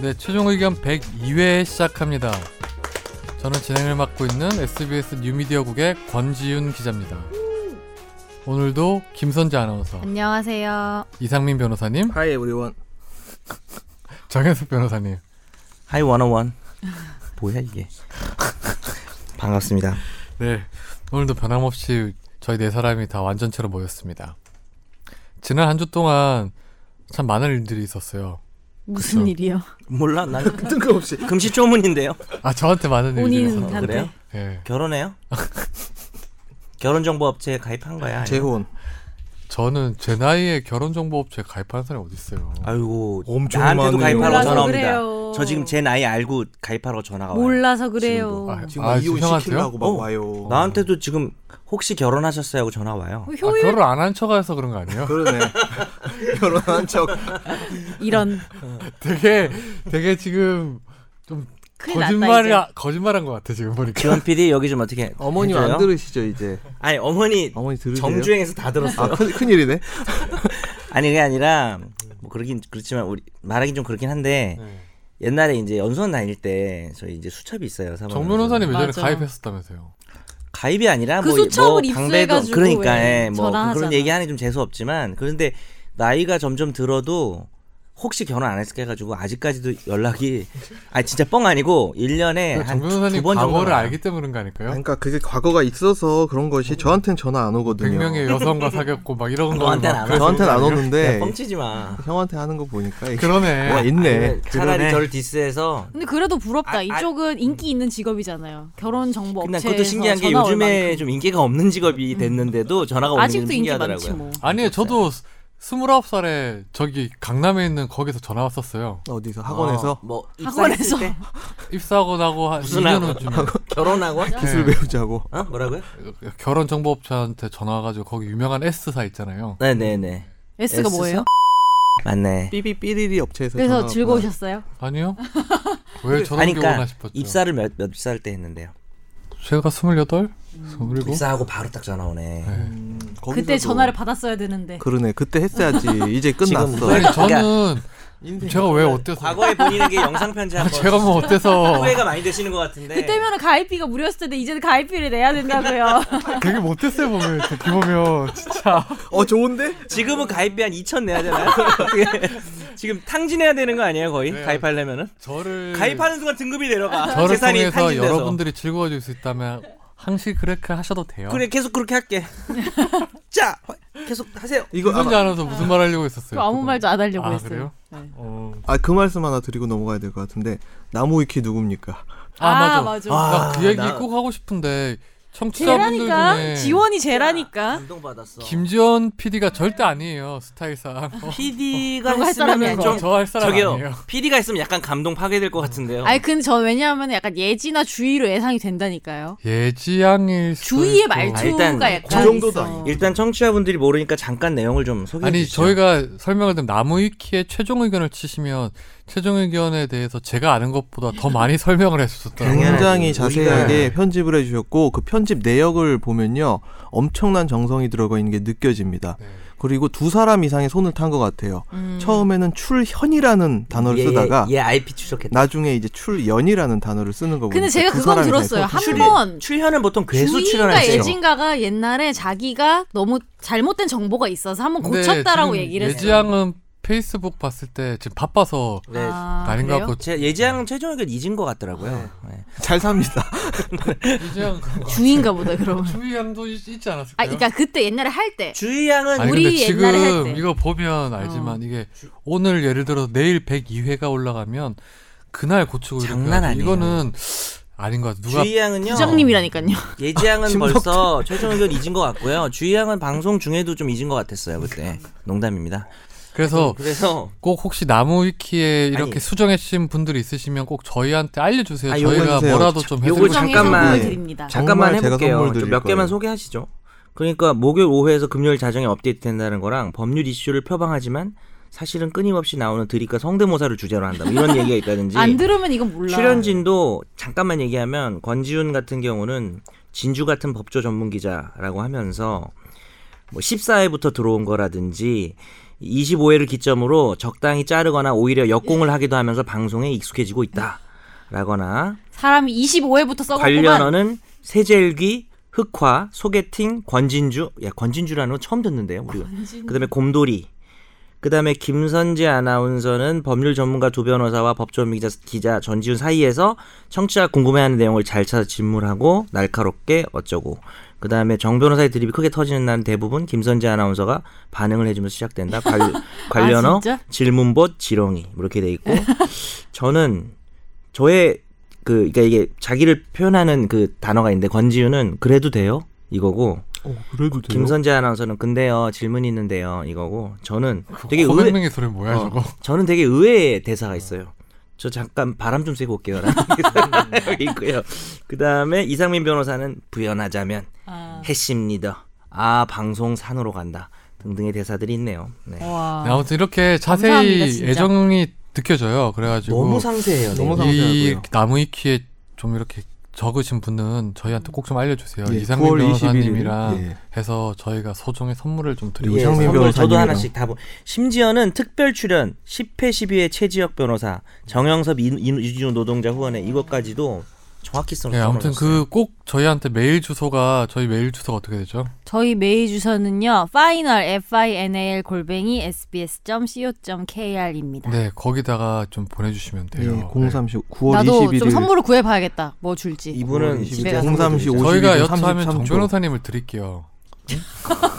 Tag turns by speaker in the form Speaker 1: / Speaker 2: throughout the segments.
Speaker 1: 네, 최종 의견 102회 시작합니다. 저는 진행을 맡고 있는 SBS 뉴미디어국의 권지윤 기자입니다. 오늘도 김선재 아나운서,
Speaker 2: 안녕하세요.
Speaker 1: 이상민 변호사님,
Speaker 3: Hi everyone.
Speaker 1: 정현석 변호사님,
Speaker 4: 하이 101 뭐야 이게 반갑습니다
Speaker 1: 네, 오늘도 변함없이 저희 네 사람이 다 완전체로 모였습니다. 지난 한 주 동안 참 많은 일들이 있었어요.
Speaker 2: 무슨
Speaker 1: 그쵸.
Speaker 2: 일이요?
Speaker 4: 몰라 난
Speaker 3: 뜬금없이. 어,
Speaker 4: 금시초문인데요
Speaker 1: 아, 저한테 많은 일들이 있었어요.
Speaker 4: 한-
Speaker 2: 본인한테
Speaker 4: 그래요?
Speaker 1: 예,
Speaker 4: 결혼해요? 결혼정보업체에 가입한 거야
Speaker 3: 재혼.
Speaker 1: 저는 제 나이에 결혼정보업체 가입하는 사람이 어디 있어요.
Speaker 4: 아이고
Speaker 3: 엄청
Speaker 4: 나한테도
Speaker 3: 많네요.
Speaker 4: 가입하라고
Speaker 3: 몰라서
Speaker 4: 전화
Speaker 2: 그래요.
Speaker 4: 옵니다 저 지금 제 나이 알고 가입하라고 전화가 와요
Speaker 2: 몰라서 그래요.
Speaker 1: 아,
Speaker 3: 지금
Speaker 1: 아,
Speaker 3: 막
Speaker 1: 지금
Speaker 3: 이혼
Speaker 1: 형한테요?
Speaker 3: 시키려고 막
Speaker 4: 어.
Speaker 3: 와요.
Speaker 4: 나한테도 지금 혹시 결혼하셨어요 하고 전화 와요
Speaker 2: 어,
Speaker 1: 아,
Speaker 2: 효율
Speaker 1: 결혼 안 한 척해서 그런 거 아니에요?
Speaker 3: 그러네. 결혼한 척.
Speaker 4: 아,
Speaker 2: 이런
Speaker 1: 되게 되게 지금 좀
Speaker 2: 큰일
Speaker 1: 거짓말을
Speaker 2: 났다
Speaker 1: 아- 거짓말한 것 같아 지금 보니까
Speaker 4: 지원 PD 여기 좀 어떻게
Speaker 3: 어머니
Speaker 4: 해줘요?
Speaker 3: 안 들으시죠 이제?
Speaker 4: 아니 어머니
Speaker 3: 어머니 들으세요?
Speaker 4: 정주행에서 다
Speaker 3: 아
Speaker 4: 들었어요
Speaker 3: 큰, 큰일이네.
Speaker 4: 아니 그게 아니라 뭐 그러긴 그렇지만 우리 말하긴 좀 그렇긴 한데
Speaker 1: 네.
Speaker 4: 옛날에 이제 연수원 다닐 때 저희 이제 수첩이 있어요 사무원에서.
Speaker 1: 정 변호사님 예전에
Speaker 2: 맞아.
Speaker 1: 가입했었다면서요?
Speaker 4: 가입이 아니라
Speaker 2: 그
Speaker 4: 뭐,
Speaker 2: 수첩을
Speaker 4: 뭐 방배도
Speaker 2: 입수해가지고
Speaker 4: 그러니까
Speaker 2: 왜
Speaker 4: 예, 뭐
Speaker 2: 전화하잖아.
Speaker 4: 그런 얘기하는 좀 재수 없지만 그런데 나이가 점점 들어도 혹시 결혼 안 했을까 해가지고 아직까지도 연락이 아 진짜 뻥 아니고 1년에
Speaker 1: 그 정
Speaker 4: 예, 한 두
Speaker 1: 변호사님
Speaker 4: 번 정도
Speaker 1: 과거를 알기 때문인 거 아닐까요?
Speaker 3: 그러니까 그게 과거가 있어서 그런 것이 저한테는 전화 안 오거든요. 네,
Speaker 1: 100명의 여성과 사귀었고 막 이런 거
Speaker 4: 너한테는 안
Speaker 1: 그래서-
Speaker 3: 저한테는 안 오는데
Speaker 4: 뻥치지 마
Speaker 3: 형한테 하는 거 보니까 이게 뭐가
Speaker 1: 그러네
Speaker 3: 있네.
Speaker 4: 차라리
Speaker 1: 그러네.
Speaker 4: 저를 디스해서
Speaker 2: 근데 그래도 부럽다.
Speaker 4: 아, 아.
Speaker 2: 이쪽은 인기 있는 직업이잖아요. 결혼 정보
Speaker 4: 근데
Speaker 2: 업체에서
Speaker 4: 그것도 신기한 게
Speaker 2: 전화 올
Speaker 4: 요즘에
Speaker 2: 만큼. 음.
Speaker 4: 좀 인기가 없는 직업이 됐는데도 전화가 오는 게
Speaker 2: 아직도 인기
Speaker 4: 신기하더라고요
Speaker 2: 많지 뭐.
Speaker 1: 아니에요 저도 스- 29살에 저기 강남에 있는 거기서 전화 왔었어요
Speaker 3: 어디서 학원에서
Speaker 4: 어, 뭐
Speaker 2: 학원에서.
Speaker 4: 입사했을 때
Speaker 1: 입사하고 나고 한
Speaker 4: 무슨
Speaker 1: 2년
Speaker 4: 학-
Speaker 1: 후쯤에
Speaker 4: 결혼하고
Speaker 3: 기술 배우자고.
Speaker 4: 어 뭐라고요?
Speaker 1: 결혼정보업체한테 전화 와가지고 거기 유명한 S사 있잖아요
Speaker 4: 네네네
Speaker 2: S가
Speaker 4: S죠?
Speaker 2: 뭐예요?
Speaker 4: 맞네
Speaker 3: 삐삐 삐리리 업체에서.
Speaker 2: 그래서
Speaker 3: 전화
Speaker 2: 즐거우셨어요?
Speaker 1: 아니요? 왜 저런
Speaker 4: 아니
Speaker 1: 게 오나
Speaker 4: 그러니까
Speaker 1: 싶었죠
Speaker 4: 입사를 몇, 몇 살 때 했는데요
Speaker 1: 제가 28?
Speaker 2: 음.
Speaker 1: 27?
Speaker 4: 입사하고 바로 딱 전화 오네
Speaker 1: 네.
Speaker 3: 음,
Speaker 2: 그때
Speaker 4: 뭐,
Speaker 3: 거기서도-
Speaker 2: 전화를 받았어야 되는데.
Speaker 3: 그러네. 그때 했어야지. 이제 끝났어.
Speaker 4: 후회-
Speaker 1: 아니 저는
Speaker 2: 네.
Speaker 3: 인생.
Speaker 1: 제가 왜 어때서
Speaker 4: 과거에 본인에게 영상 편지 한번
Speaker 1: 제가 뭐 어때서
Speaker 4: 후회가 많이 되시는 것 같은데
Speaker 2: 그때면은 가입비가 무료였을 텐데 이제는 가입비를 내야 된다고요.
Speaker 1: 되게 못했어요 보면 듣기 보면 진짜
Speaker 3: 어 좋은데?
Speaker 4: 지금은 가입비 한 2천 내야 되나요? 그게 지금 탕진해야 되는 거 아니에요 거의
Speaker 1: 네.
Speaker 4: 가입하려면은
Speaker 1: 저를
Speaker 4: 가입하는 순간 등급이 내려가
Speaker 1: 저를
Speaker 4: 재산이
Speaker 1: 통해서
Speaker 4: 탕진돼서.
Speaker 1: 여러분들이 즐거워질 수 있다면 항시 그렇게 하셔도 돼요.
Speaker 4: 그래 계속 그렇게 할게 자 계속 하세요
Speaker 3: 이거
Speaker 1: 이거
Speaker 3: 아,
Speaker 1: 아나운서 무슨 말 하려고 했었어요?
Speaker 2: 저 아무
Speaker 1: 그거?
Speaker 2: 말도 안 하려고
Speaker 1: 아,
Speaker 2: 했어요.
Speaker 1: 그래요?
Speaker 2: 네.
Speaker 3: 아그 말씀 하나 드리고 넘어가야 될 것 같은데 나무위키 누굽니까?
Speaker 1: 아, 맞아.
Speaker 4: 아,
Speaker 1: 나 그 얘기
Speaker 4: 나-
Speaker 1: 꼭 하고 싶은데 청취자분들
Speaker 2: 쟤라니까
Speaker 1: 중에
Speaker 2: 지원이
Speaker 4: 아,
Speaker 2: 쟤라니까
Speaker 4: 감동받았어
Speaker 1: 김지원 PD가 절대 아니에요 스타일상.
Speaker 4: PD가
Speaker 2: 그런 거할 사람이
Speaker 4: 했으면
Speaker 2: 아니죠.
Speaker 4: 좀
Speaker 1: 저할 사람
Speaker 4: 저기요
Speaker 1: 아니에요.
Speaker 4: PD가 있으면 약간 감동 파괴될 것 같은데요
Speaker 2: 아니 근데 저 왜냐하면 약간 예지나 주의로 예상이 된다니까요.
Speaker 1: 예지양일 수도
Speaker 2: 주의의
Speaker 1: 있고.
Speaker 4: 아,
Speaker 2: 말투가
Speaker 4: 일단
Speaker 2: 약간
Speaker 3: 그 정도도
Speaker 2: 있어.
Speaker 3: 아니에요.
Speaker 4: 음. 일단 청취자분들이 모르니까 잠깐 내용을 좀 소개해
Speaker 1: 아니
Speaker 4: 주시죠
Speaker 1: 저희가 설명을 드리면 나무위키의 최종 의견을 치시면 최종 의견에 대해서 제가 아는 것보다 더 많이 설명을
Speaker 3: 네.
Speaker 1: 해주셨다고
Speaker 4: 당연하지.
Speaker 3: 굉장히 자세하게
Speaker 4: 우리가-
Speaker 3: 편집을 해주셨고 그 편집 내역을 보면요 엄청난 정성이 들어가 있는 게 느껴집니다.
Speaker 1: 네.
Speaker 3: 그리고 두 사람 이상의 손을 탄 것 같아요.
Speaker 2: 음.
Speaker 3: 처음에는 출현이라는 단어를
Speaker 4: 얘,
Speaker 3: 쓰다가
Speaker 4: 얘 IP 예, 추적했다
Speaker 3: 나중에 이제 출연이라는 단어를 쓰는 거 보니까
Speaker 2: 근데 제가
Speaker 3: 두
Speaker 2: 그건
Speaker 3: 사람
Speaker 2: 들었어요.
Speaker 3: 이상의 손을
Speaker 2: 한
Speaker 3: 탄
Speaker 4: 출연-
Speaker 3: 거예요.
Speaker 2: 번
Speaker 4: 출현은 보통 괴수
Speaker 2: 주의가
Speaker 4: 출연했어요
Speaker 2: 예진가가 옛날에 자기가 너무 잘못된 정보가 있어서 한번
Speaker 1: 근데
Speaker 2: 고쳤다라고
Speaker 1: 지금
Speaker 2: 얘기를 했어요.
Speaker 1: 예지양은 페이스북 봤을 때 지금 바빠서
Speaker 4: 네.
Speaker 2: 아,
Speaker 1: 아, 닌것
Speaker 2: 그래요?
Speaker 1: 같고
Speaker 4: 제 예지양 최종 의견 잊은 것 같더라고요.
Speaker 2: 아.
Speaker 4: 네.
Speaker 3: 잘 삽니다.
Speaker 1: 예지양
Speaker 2: 주의인가 보다 그러면.
Speaker 1: 주의양도 있- 있지
Speaker 2: 아,
Speaker 1: 않았을까요?
Speaker 2: 그러니까 그때 옛날에 할 때.
Speaker 4: 주희양은
Speaker 1: 아니,
Speaker 2: 우리
Speaker 1: 근데
Speaker 2: 옛날에 할
Speaker 1: 지금
Speaker 2: 때. 어.
Speaker 1: 이거 보면 알지만 이게 오늘 예를 들어 내일 102회가 올라가면 그날 고치고 이렇게
Speaker 4: 장난
Speaker 1: 해야지.
Speaker 4: 아니에요.
Speaker 1: 이거는 아닌 것 같아. 누가 아,
Speaker 4: 주희양은요.
Speaker 2: 부장님이라니까요.
Speaker 4: 예지양은
Speaker 3: 심각해.
Speaker 4: 벌써 최종 의견 잊은 것 같고요. 주희양은 방송 중에도 좀 잊은 것 같았어요 그때. 농담입니다.
Speaker 1: 그래서
Speaker 4: 그래서
Speaker 1: 꼭 혹시 나무 위키에 이렇게
Speaker 4: 아니.
Speaker 1: 수정해 주신 분들이 있으시면 꼭 저희한테 알려주세요.
Speaker 4: 아, 요거
Speaker 1: 저희가
Speaker 3: 해주세요.
Speaker 1: 뭐라도 좀 해드리고
Speaker 4: 요거
Speaker 1: 싶-
Speaker 2: 정의
Speaker 4: 잠깐만. 네.
Speaker 2: 선물을 드립니다.
Speaker 3: 자-
Speaker 4: 잠깐만
Speaker 3: 정말 제가
Speaker 4: 해볼게요.
Speaker 3: 선물
Speaker 4: 좀
Speaker 3: 드릴
Speaker 4: 몇 개만
Speaker 3: 거예요.
Speaker 4: 소개하시죠. 그러니까 목요일 오후에서 금요일 자정에 업데이트 된다는 거랑 법률 이슈를 표방하지만 사실은 끊임없이 나오는 드립과 성대모사를 주제로 한다. 뭐 이런 얘기가 있다든지.
Speaker 2: 안 들으면 이건 몰라.
Speaker 4: 출연진도 잠깐만 얘기하면 권지훈 같은 경우는 진주 같은 법조 전문 기자라고 하면서 뭐 14회부터 들어온 거라든지 25회를 기점으로 적당히 자르거나 오히려 역공을 하기도 하면서 방송에 익숙해지고 있다. 라거나
Speaker 2: 사람이 25회부터 썩었구만.
Speaker 4: 관련어는 세젤기, 흑화, 소개팅, 권진주. 야, 권진주라는 건 처음 듣는데요. 우리가. 그다음에 곰돌이. 그다음에 김선재 아나운서는 법률 전문가 두 변호사와 법조민 기자, 기자 전지훈 사이에서 청취자 궁금해하는 내용을 잘 찾아 질문하고 날카롭게 어쩌고. 그다음에 정 변호사의 드립이 크게 터지는 날은 대부분 김선재 아나운서가 반응을 해주면서 시작된다. 관, 관련어
Speaker 2: 아, 진짜?
Speaker 4: 질문봇 지렁이 뭐 이렇게 돼 있고 저는 저의 그 그러니까 이게 자기를 표현하는 그 단어가 있는데 권지윤은 그래도 돼요 이거고
Speaker 3: 어, 그래도
Speaker 4: 김선재 아나운서는 근데요 질문 이 있는데요 이거고 저는
Speaker 3: 그
Speaker 4: 되게 의외
Speaker 1: 고백맹이 소리 뭐야
Speaker 4: 어,
Speaker 1: 저거?
Speaker 4: 저는 되게 의외의 대사가 있어요. 저 잠깐 바람 좀 쐬고 올게요. 라는 대사가 있고요. 그 다음에 이상민 변호사는 부연하자면
Speaker 2: 아.
Speaker 4: 해심 리더 아 방송 산으로 간다 등등의 대사들이 있네요. 네.
Speaker 2: 와.
Speaker 1: 네, 아무튼 이렇게
Speaker 2: 감사합니다,
Speaker 1: 자세히
Speaker 2: 진짜.
Speaker 1: 애정이 느껴져요. 그래가지고
Speaker 4: 너무 상세해요. 네.
Speaker 3: 너무
Speaker 4: 내용이.
Speaker 1: 이
Speaker 3: 상세하고요.
Speaker 1: 나무위키에 좀 이렇게 적으신 분은 저희한테 꼭 좀 알려주세요.
Speaker 3: 예,
Speaker 1: 이상민
Speaker 3: 9월 21일.
Speaker 1: 변호사님이랑
Speaker 3: 예.
Speaker 1: 해서 저희가 소정의 선물을 좀 드리고
Speaker 3: 예.
Speaker 1: 싶어요.
Speaker 3: 이상민
Speaker 4: 선물 저도
Speaker 3: 변호사님이랑.
Speaker 4: 하나씩 다 보. 심지어는 특별 출연 10회 12회 최지혁 변호사 정영섭 인- 인- 유진우 노동자 후원회 이것까지도 정확히 쓰는
Speaker 1: 네, 아무튼 그 꼭 저희한테 메일 주소가 저희 메일 주소가 어떻게 되죠?
Speaker 2: 저희 메일 주소는요. final f i n a l 골뱅이 s b s c o k r 입니다.
Speaker 1: 네, 거기다가 좀 보내주시면
Speaker 3: 예,
Speaker 1: 돼요.
Speaker 3: 03시 9월
Speaker 2: 나도
Speaker 3: 21일
Speaker 2: 좀 선물을 구해봐야겠다. 뭐 줄지.
Speaker 4: 이분은
Speaker 3: 0
Speaker 2: 집에 가서
Speaker 3: 3시
Speaker 4: 보여드리죠.
Speaker 3: 51분
Speaker 1: 저희가
Speaker 3: 33초
Speaker 1: 여차하면 정 변호사님을 드릴게요.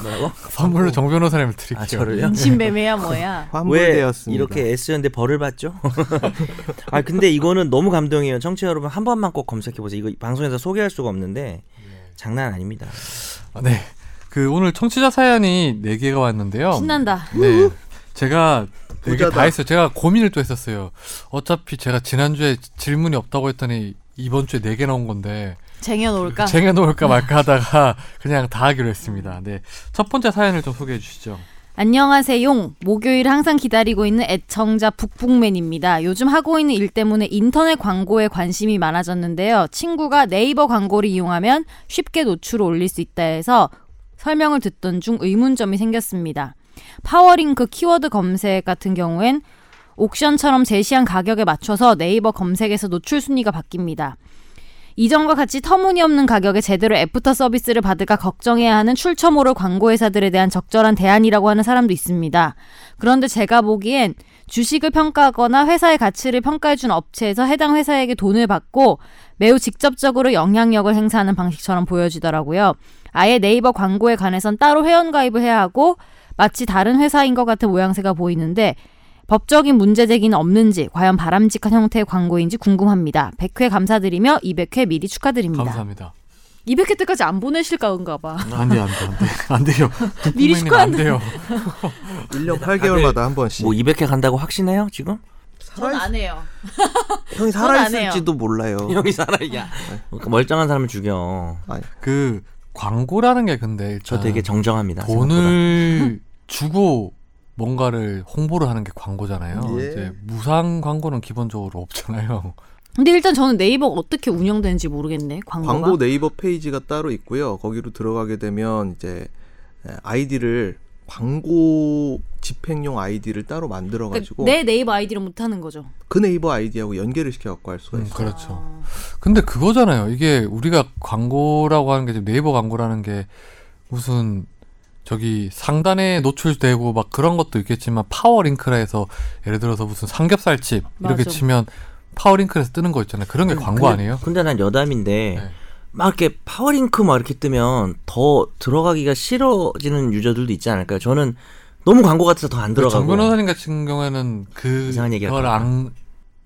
Speaker 4: 뭐라고?
Speaker 1: 선물로 정 변호사님을 드릴게요.
Speaker 4: 아 저를요?
Speaker 2: 인신매매야 뭐야.
Speaker 3: 환불되었습니다.
Speaker 4: 이렇게 애쓰는데 벌을 받죠? 아 근데 이거는 너무 감동이에요. 청취자 여러분 한 번만 꼭 검색해 보세요. 이거 방송에서 소개할 수가 없는데 장난 아닙니다.
Speaker 1: 아, 네. 그 오늘 청취자 사연이 4개가
Speaker 4: 아,
Speaker 1: 왔는데요.
Speaker 2: 신난다.
Speaker 1: 네. 제가 되게
Speaker 3: 부자다.
Speaker 1: 다 했어요. 제가 고민을 또 했었어요. 어차피 제가 지난주에 질문이 없다고 했더니 이번 주에 4개 나온 건데
Speaker 2: 쟁여놓을까?
Speaker 1: 쟁여놓을까 말까 하다가 그냥 다 하기로 했습니다. 네. 첫 번째 사연을 좀 소개해 주시죠.
Speaker 2: 안녕하세요. 목요일 항상 기다리고 있는 애청자 북북맨입니다. 요즘 하고 있는 일 때문에 인터넷 광고에 관심이 많아졌는데요. 친구가 네이버 광고를 이용하면 쉽게 노출을 올릴 수 있다 해서 설명을 듣던 중 의문점이 생겼습니다. 파워링크 키워드 검색 같은 경우엔 옥션처럼 제시한 가격에 맞춰서 네이버 검색에서 노출 순위가 바뀝니다. 이전과 같이 터무니없는 가격에 제대로 애프터 서비스를 받을까 걱정해야 하는 출처모를 광고회사들에 대한 적절한 대안이라고 하는 사람도 있습니다. 그런데 제가 보기엔 주식을 평가하거나 회사의 가치를 평가해준 업체에서 해당 회사에게 돈을 받고 매우 직접적으로 영향력을 행사하는 방식처럼 보여지더라고요. 아예 네이버 광고에 관해선 따로 회원가입을 해야 하고 마치 다른 회사인 것 같은 모양새가 보이는데 법적인 문제 제기는 없는지 과연 바람직한 형태의 광고인지 궁금합니다. 100회 감사드리며 200회 미리 축하드립니다.
Speaker 1: 감사합니다.
Speaker 2: 200회 때까지 안 보내실까 은가 봐.
Speaker 1: 안돼 안돼 안돼 안 돼요.
Speaker 2: 미리
Speaker 1: 북북맨님 안 돼요.
Speaker 3: 1년 8개월마다 한 번씩
Speaker 4: 뭐 200회 간다고 확신해요 지금?
Speaker 2: 전 안 해요. 안
Speaker 3: 형이
Speaker 2: 해요.
Speaker 3: 살아있을지도 몰라요.
Speaker 4: 형이 살아야 뭐 멀쩡한 사람을 죽여.
Speaker 3: 아니,
Speaker 1: 그 광고라는 게 근데
Speaker 4: 저
Speaker 1: 일단
Speaker 4: 되게 정정합니다. 생각보다.
Speaker 1: 아, 돈을 주고 뭔가를 홍보를 하는 게 광고잖아요.
Speaker 3: 예.
Speaker 1: 이제 무상 광고는 기본적으로 없잖아요.
Speaker 2: 근데 일단 저는 네이버가 어떻게 운영되는지 모르겠네. 광고가.
Speaker 3: 광고 네이버 페이지가 따로 있고요. 거기로 들어가게 되면 이제 아이디를 광고 집행용 아이디를 따로 만들어
Speaker 2: 그러니까
Speaker 3: 가지고
Speaker 2: 내 네이버 아이디로 못 하는 거죠.
Speaker 3: 그 네이버 아이디하고 연계를 시켜 갖고 할 수가
Speaker 1: 음,
Speaker 3: 있어요.
Speaker 1: 그렇죠. 근데 그거잖아요. 이게 우리가 광고라고 하는 게 지금 네이버 광고라는 게 무슨 저기 상단에 노출되고 막 그런 것도 있겠지만 파워링크라 해서 예를 들어서 무슨 삼겹살집 이렇게
Speaker 2: 맞아.
Speaker 1: 치면 파워링크에서 뜨는 거 있잖아요. 그런
Speaker 4: 네,
Speaker 1: 게 광고
Speaker 4: 근데-
Speaker 1: 아니에요?
Speaker 4: 근데 난 여담인데
Speaker 1: 네.
Speaker 4: 막 이렇게 파워링크 막 이렇게 뜨면 더 들어가기가 싫어지는 유저들도 있지 않을까요? 저는 너무 광고 같아서 더 안 들어가고.
Speaker 1: 그 정 변호사님 같은 경우에는 그
Speaker 4: 이상한 얘기 할
Speaker 1: 그걸
Speaker 4: 것 같다.
Speaker 1: 안,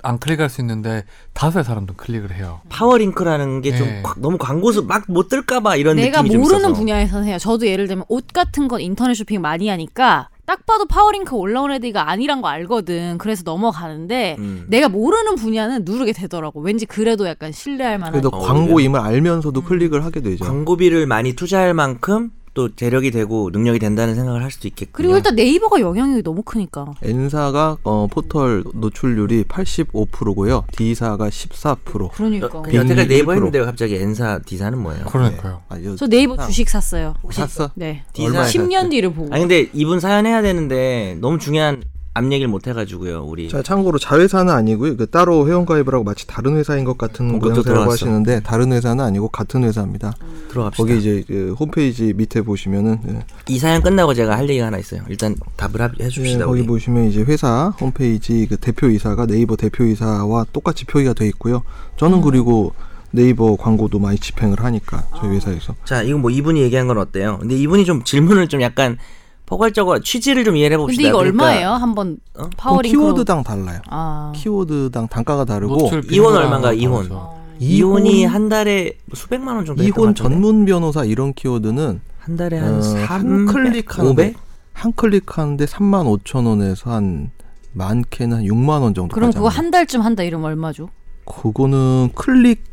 Speaker 1: 안 클릭할 수 있는데 다수의 사람도 클릭을 해요.
Speaker 4: 파워링크라는 게 좀
Speaker 1: 네.
Speaker 4: 너무 광고수 막 못 뜰까봐 이런
Speaker 2: 내가
Speaker 4: 느낌이 좀
Speaker 2: 모르는
Speaker 4: 있어서.
Speaker 2: 분야에서 해요. 저도 예를 들면 옷 같은 건 인터넷 쇼핑 많이 하니까 딱 봐도 파워링크 올라온 애들이가 아니란 거 알거든. 그래서 넘어가는데
Speaker 4: 음.
Speaker 2: 내가 모르는 분야는 누르게 되더라고. 왠지 그래도 약간 신뢰할 만한.
Speaker 3: 그래도
Speaker 4: 어,
Speaker 3: 광고임을
Speaker 2: 음.
Speaker 4: 오히려.
Speaker 3: 알면서도 클릭을 하게 되죠.
Speaker 4: 광고비를 많이 투자할 만큼 또 재력이 되고 능력이 된다는 생각을 할 수도 있겠군요.
Speaker 2: 그리고 일단 네이버가 영향력이 너무 크니까.
Speaker 3: N사가 어, 포털 노출률이 85%고요. D사가 14%.
Speaker 2: 그러니까.
Speaker 4: 근데 여태까지 네이버
Speaker 3: 100%.
Speaker 4: 했는데 갑자기 N사, D사는 뭐예요?
Speaker 1: 그러니까요.
Speaker 3: 아, 이거
Speaker 2: 저 네이버
Speaker 3: 아,
Speaker 2: 주식 샀어요.
Speaker 3: 샀어?
Speaker 2: 네.
Speaker 4: D사.
Speaker 3: 얼마에
Speaker 2: 10년 뒤를 보고.
Speaker 4: 아니 근데 이분 사연 해야 되는데 너무 중요한 앞 얘기를 못 해가지고요 우리.
Speaker 3: 자, 참고로 자회사는 아니고요. 그 따로 회원가입을 하고 마치 다른 회사인 것 같은
Speaker 4: 그것도
Speaker 3: 모양새라고
Speaker 4: 들어왔어.
Speaker 3: 하시는데 다른 회사는 아니고 같은 회사입니다.
Speaker 4: 들어갑시다.
Speaker 3: 거기 이제 그 홈페이지 밑에 보시면은 예,
Speaker 4: 이 사연 끝나고 제가 할 얘기가 하나 있어요. 일단 답을 합- 해줍시다.
Speaker 3: 예, 거기
Speaker 4: 우리.
Speaker 3: 보시면 이제 회사 홈페이지 그 대표이사가 네이버 대표이사와 똑같이 표기가 돼 있고요. 저는 그리고 네이버 광고도 많이 집행을 하니까 저희 회사에서
Speaker 4: 자 이거 뭐 이분이 얘기한 건 어때요? 근데 이분이 좀 질문을 좀 약간 포괄적으로 취지를 좀 이해해 봅시다. 그러니까
Speaker 2: 근데 이거 얼마예요? 한번
Speaker 3: 그럼
Speaker 2: 파워링
Speaker 3: 키워드당 달라요.
Speaker 2: 아.
Speaker 3: 키워드당 단가가 다르고
Speaker 1: 노출
Speaker 4: 이혼
Speaker 1: 빈도랑
Speaker 4: 얼마인가, 이혼.
Speaker 1: 다르죠.
Speaker 4: 이혼이 한 달에 수백만 원 정도
Speaker 3: 이혼
Speaker 4: 했던 것 같은데.
Speaker 3: 전문 변호사 이런 키워드는
Speaker 4: 한 달에
Speaker 3: 어,
Speaker 4: 네, 한
Speaker 3: 한
Speaker 4: 300,
Speaker 3: 클릭 하는데
Speaker 4: 500?
Speaker 3: 한 클릭 하는데 3만 5천 원에서 한 많게는 한 6만 원 정도.
Speaker 2: 그럼 그거 한 달쯤 한다 이러면 얼마죠?
Speaker 3: 그거는 클릭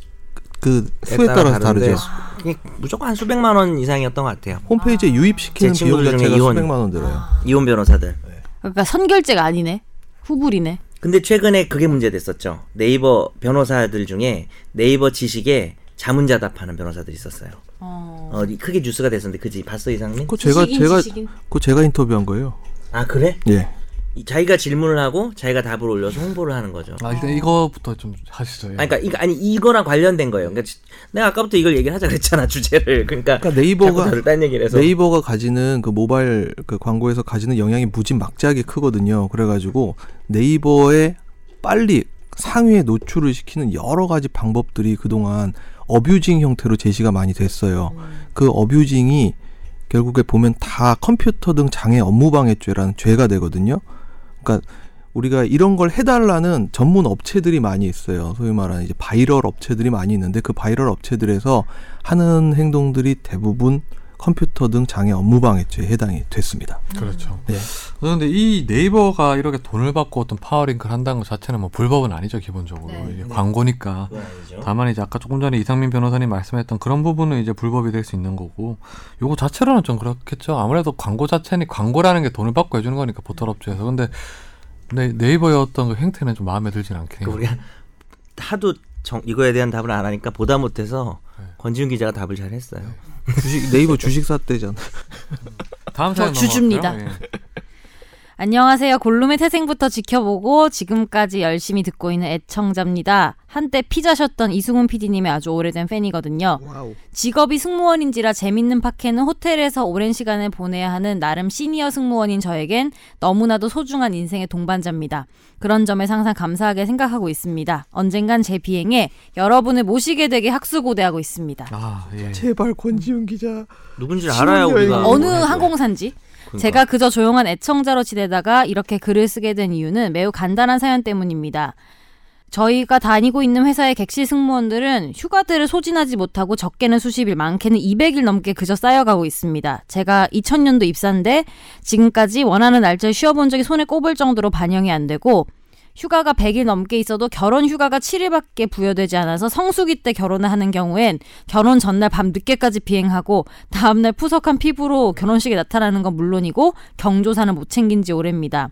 Speaker 3: 그 수에 따라서
Speaker 4: 다른데
Speaker 3: 다르죠.
Speaker 4: 수- 그냥 무조건 한 수백만 원 이상이었던 것 같아요.
Speaker 3: 홈페이지에 유입시키는
Speaker 4: 제
Speaker 3: 비용
Speaker 4: 친구들 중에
Speaker 3: 자체가
Speaker 4: 이혼.
Speaker 3: 수백만 원 들어요.
Speaker 2: 아.
Speaker 4: 이혼 변호사들.
Speaker 3: 네.
Speaker 2: 그러니까 선결제가 아니네. 후불이네.
Speaker 4: 근데 최근에 그게 문제됐었죠. 네이버 변호사들 중에 네이버 지식에 자문자답하는 변호사들이 있었어요.
Speaker 2: 어.
Speaker 4: 어, 이- 크게 뉴스가 됐었는데 그지 봤어 이상님?
Speaker 3: 그 제가
Speaker 2: 지식인,
Speaker 3: 제가
Speaker 2: 지식인.
Speaker 3: 그 제가 인터뷰한 거예요.
Speaker 4: 아 그래?
Speaker 3: 예.
Speaker 4: 이- 자기가 질문을 하고 자기가 답을 올려서 홍보를 하는 거죠.
Speaker 1: 아 일단 이거부터 좀 하시죠. 예.
Speaker 3: 네.
Speaker 4: 아니, 그러니까 이거 아니 이거랑 관련된 거예요. 그러니까 지- 내가 아까부터 이걸 얘기를 하자 그랬잖아 주제를. 그러니까,
Speaker 3: 그러니까 네이버가-
Speaker 4: 자꾸 다들 딴 얘기를 해서
Speaker 3: 네이버가 가지는 그 모바일 그 광고에서 가지는 영향이 무지막지하게 크거든요. 그래가지고 네이버에 빨리 상위에 노출을 시키는 여러 가지 방법들이 그동안 어뷰징 형태로 제시가 많이 됐어요.
Speaker 4: 음.
Speaker 3: 그 어뷰징이 결국에 보면 다 컴퓨터 등 장애 업무방해죄라는 죄가 되거든요. 그러니까 우리가 이런 걸 해달라는 전문 업체들이 많이 있어요. 소위 말하는 이제 바이럴 업체들이 많이 있는데 그 바이럴 업체들에서 하는 행동들이 대부분 컴퓨터 등 장애 업무방해죄에 해당이 됐습니다.
Speaker 1: 그렇죠.
Speaker 3: 네.
Speaker 1: 그런데 이 네이버가 이렇게 돈을 받고 어떤 파워링크를 한다는 것 자체는 뭐 불법은 아니죠 기본적으로
Speaker 2: 네.
Speaker 1: 이게 광고니까.
Speaker 4: 네.
Speaker 1: 다만 이제 아까 조금 전에 이상민 변호사님 말씀했던 그런 부분은 이제 불법이 될 수 있는 거고 요거 자체로는 좀 그렇겠죠. 아무래도 광고 자체는 광고라는 게 돈을 받고 해주는 거니까 보털 업체에서 근데 네, 네이버의 어떤 그 행태는 좀 마음에 들진 않긴
Speaker 4: 그
Speaker 1: 해요.
Speaker 4: 우리가 하도 정, 이거에 대한 답을 안 하니까 보다 못해서 권지훈 기자가 답을 잘 했어요.
Speaker 3: 주식 네이버 주식 샀대잖아.
Speaker 1: 다음
Speaker 2: 저
Speaker 1: 사연
Speaker 2: 주주입니다.
Speaker 1: 넘어갈까요? 예.
Speaker 2: 안녕하세요. 골룸의 태생부터 지켜보고 지금까지 열심히 듣고 있는 애청자입니다. 한때 피자셨던 이승훈 PD님의 아주 오래된 팬이거든요. 직업이 승무원인지라 재밌는 파케는 호텔에서 오랜 시간을 보내야 하는 나름 시니어 승무원인 저에겐 너무나도 소중한 인생의 동반자입니다. 그런 점에 항상 감사하게 생각하고 있습니다. 언젠간 제 비행에 여러분을 모시게 되게 학수고대하고 있습니다.
Speaker 1: 아 예.
Speaker 3: 제발 권지훈 기자.
Speaker 4: 누군지 알아야 우리가
Speaker 2: 어느
Speaker 4: 해줘요.
Speaker 2: 항공사인지
Speaker 4: 그러니까.
Speaker 2: 제가 그저 조용한 애청자로 지내다가 이렇게 글을 쓰게 된 이유는 매우 간단한 사연 때문입니다. 저희가 다니고 있는 회사의 객실 승무원들은 휴가들을 소진하지 못하고 적게는 수십 일, 많게는 200일 넘게 그저 쌓여가고 있습니다. 제가 2000년도 입사인데 지금까지 원하는 날짜에 쉬어본 적이 손에 꼽을 정도로 반영이 안 되고 휴가가 100일 넘게 있어도 결혼 휴가가 7일밖에 부여되지 않아서 성수기 때 결혼을 하는 경우엔 결혼 전날 밤 늦게까지 비행하고 다음날 푸석한 피부로 결혼식에 나타나는 건 물론이고 경조사는 못 챙긴 지 오래입니다.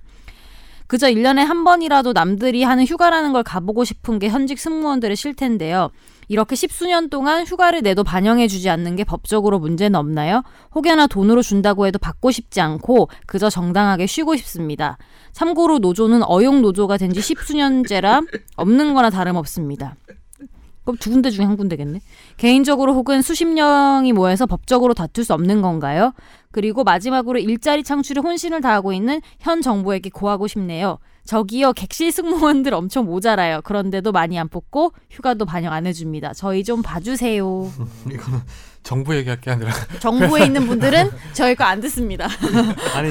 Speaker 2: 그저 1년에 한 번이라도 남들이 하는 휴가라는 걸 가보고 싶은 게 현직 승무원들의 실태인데요. 이렇게 십수년 동안 휴가를 내도 반영해주지 않는 게 법적으로 문제는 없나요? 혹여나 돈으로 준다고 해도 받고 싶지 않고 그저 정당하게 쉬고 싶습니다. 참고로 노조는 어용 노조가 된 지 십수년째라 없는 거나 다름없습니다. 그럼 두 군데 중에 한 군데겠네. 개인적으로 혹은 수십 명이 모여서 법적으로 다툴 수 없는 건가요? 그리고 마지막으로 일자리 창출에 혼신을 다하고 있는 현 정부에게 고하고 싶네요. 저기요 객실 승무원들 엄청 모자라요. 그런데도 많이 안 뽑고 휴가도 반영 안 해줍니다. 저희 좀 봐주세요.
Speaker 1: 이거는 정부 얘기할 게 아니라
Speaker 2: 정부에 있는 분들은 저희 거 안 듣습니다.
Speaker 1: 아니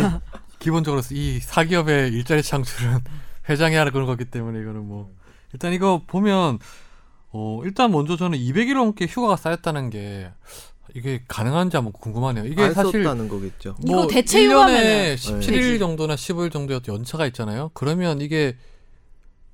Speaker 1: 기본적으로 이 사기업의 일자리 창출은 회장이 하는 그런 거기 때문에 이거는 뭐 일단 이거 보면 어 일단 먼저 저는 200일 넘게 휴가가 쌓였다는 게 이게 가능한지 한번 궁금하네요. 이게
Speaker 3: 안
Speaker 1: 사실 뭐
Speaker 3: 썼다는 거겠죠.
Speaker 2: 이거 대체
Speaker 1: 1년에
Speaker 2: 휴가면은. 네.
Speaker 1: 17일 정도나 15일 정도의 연차가 있잖아요. 그러면 이게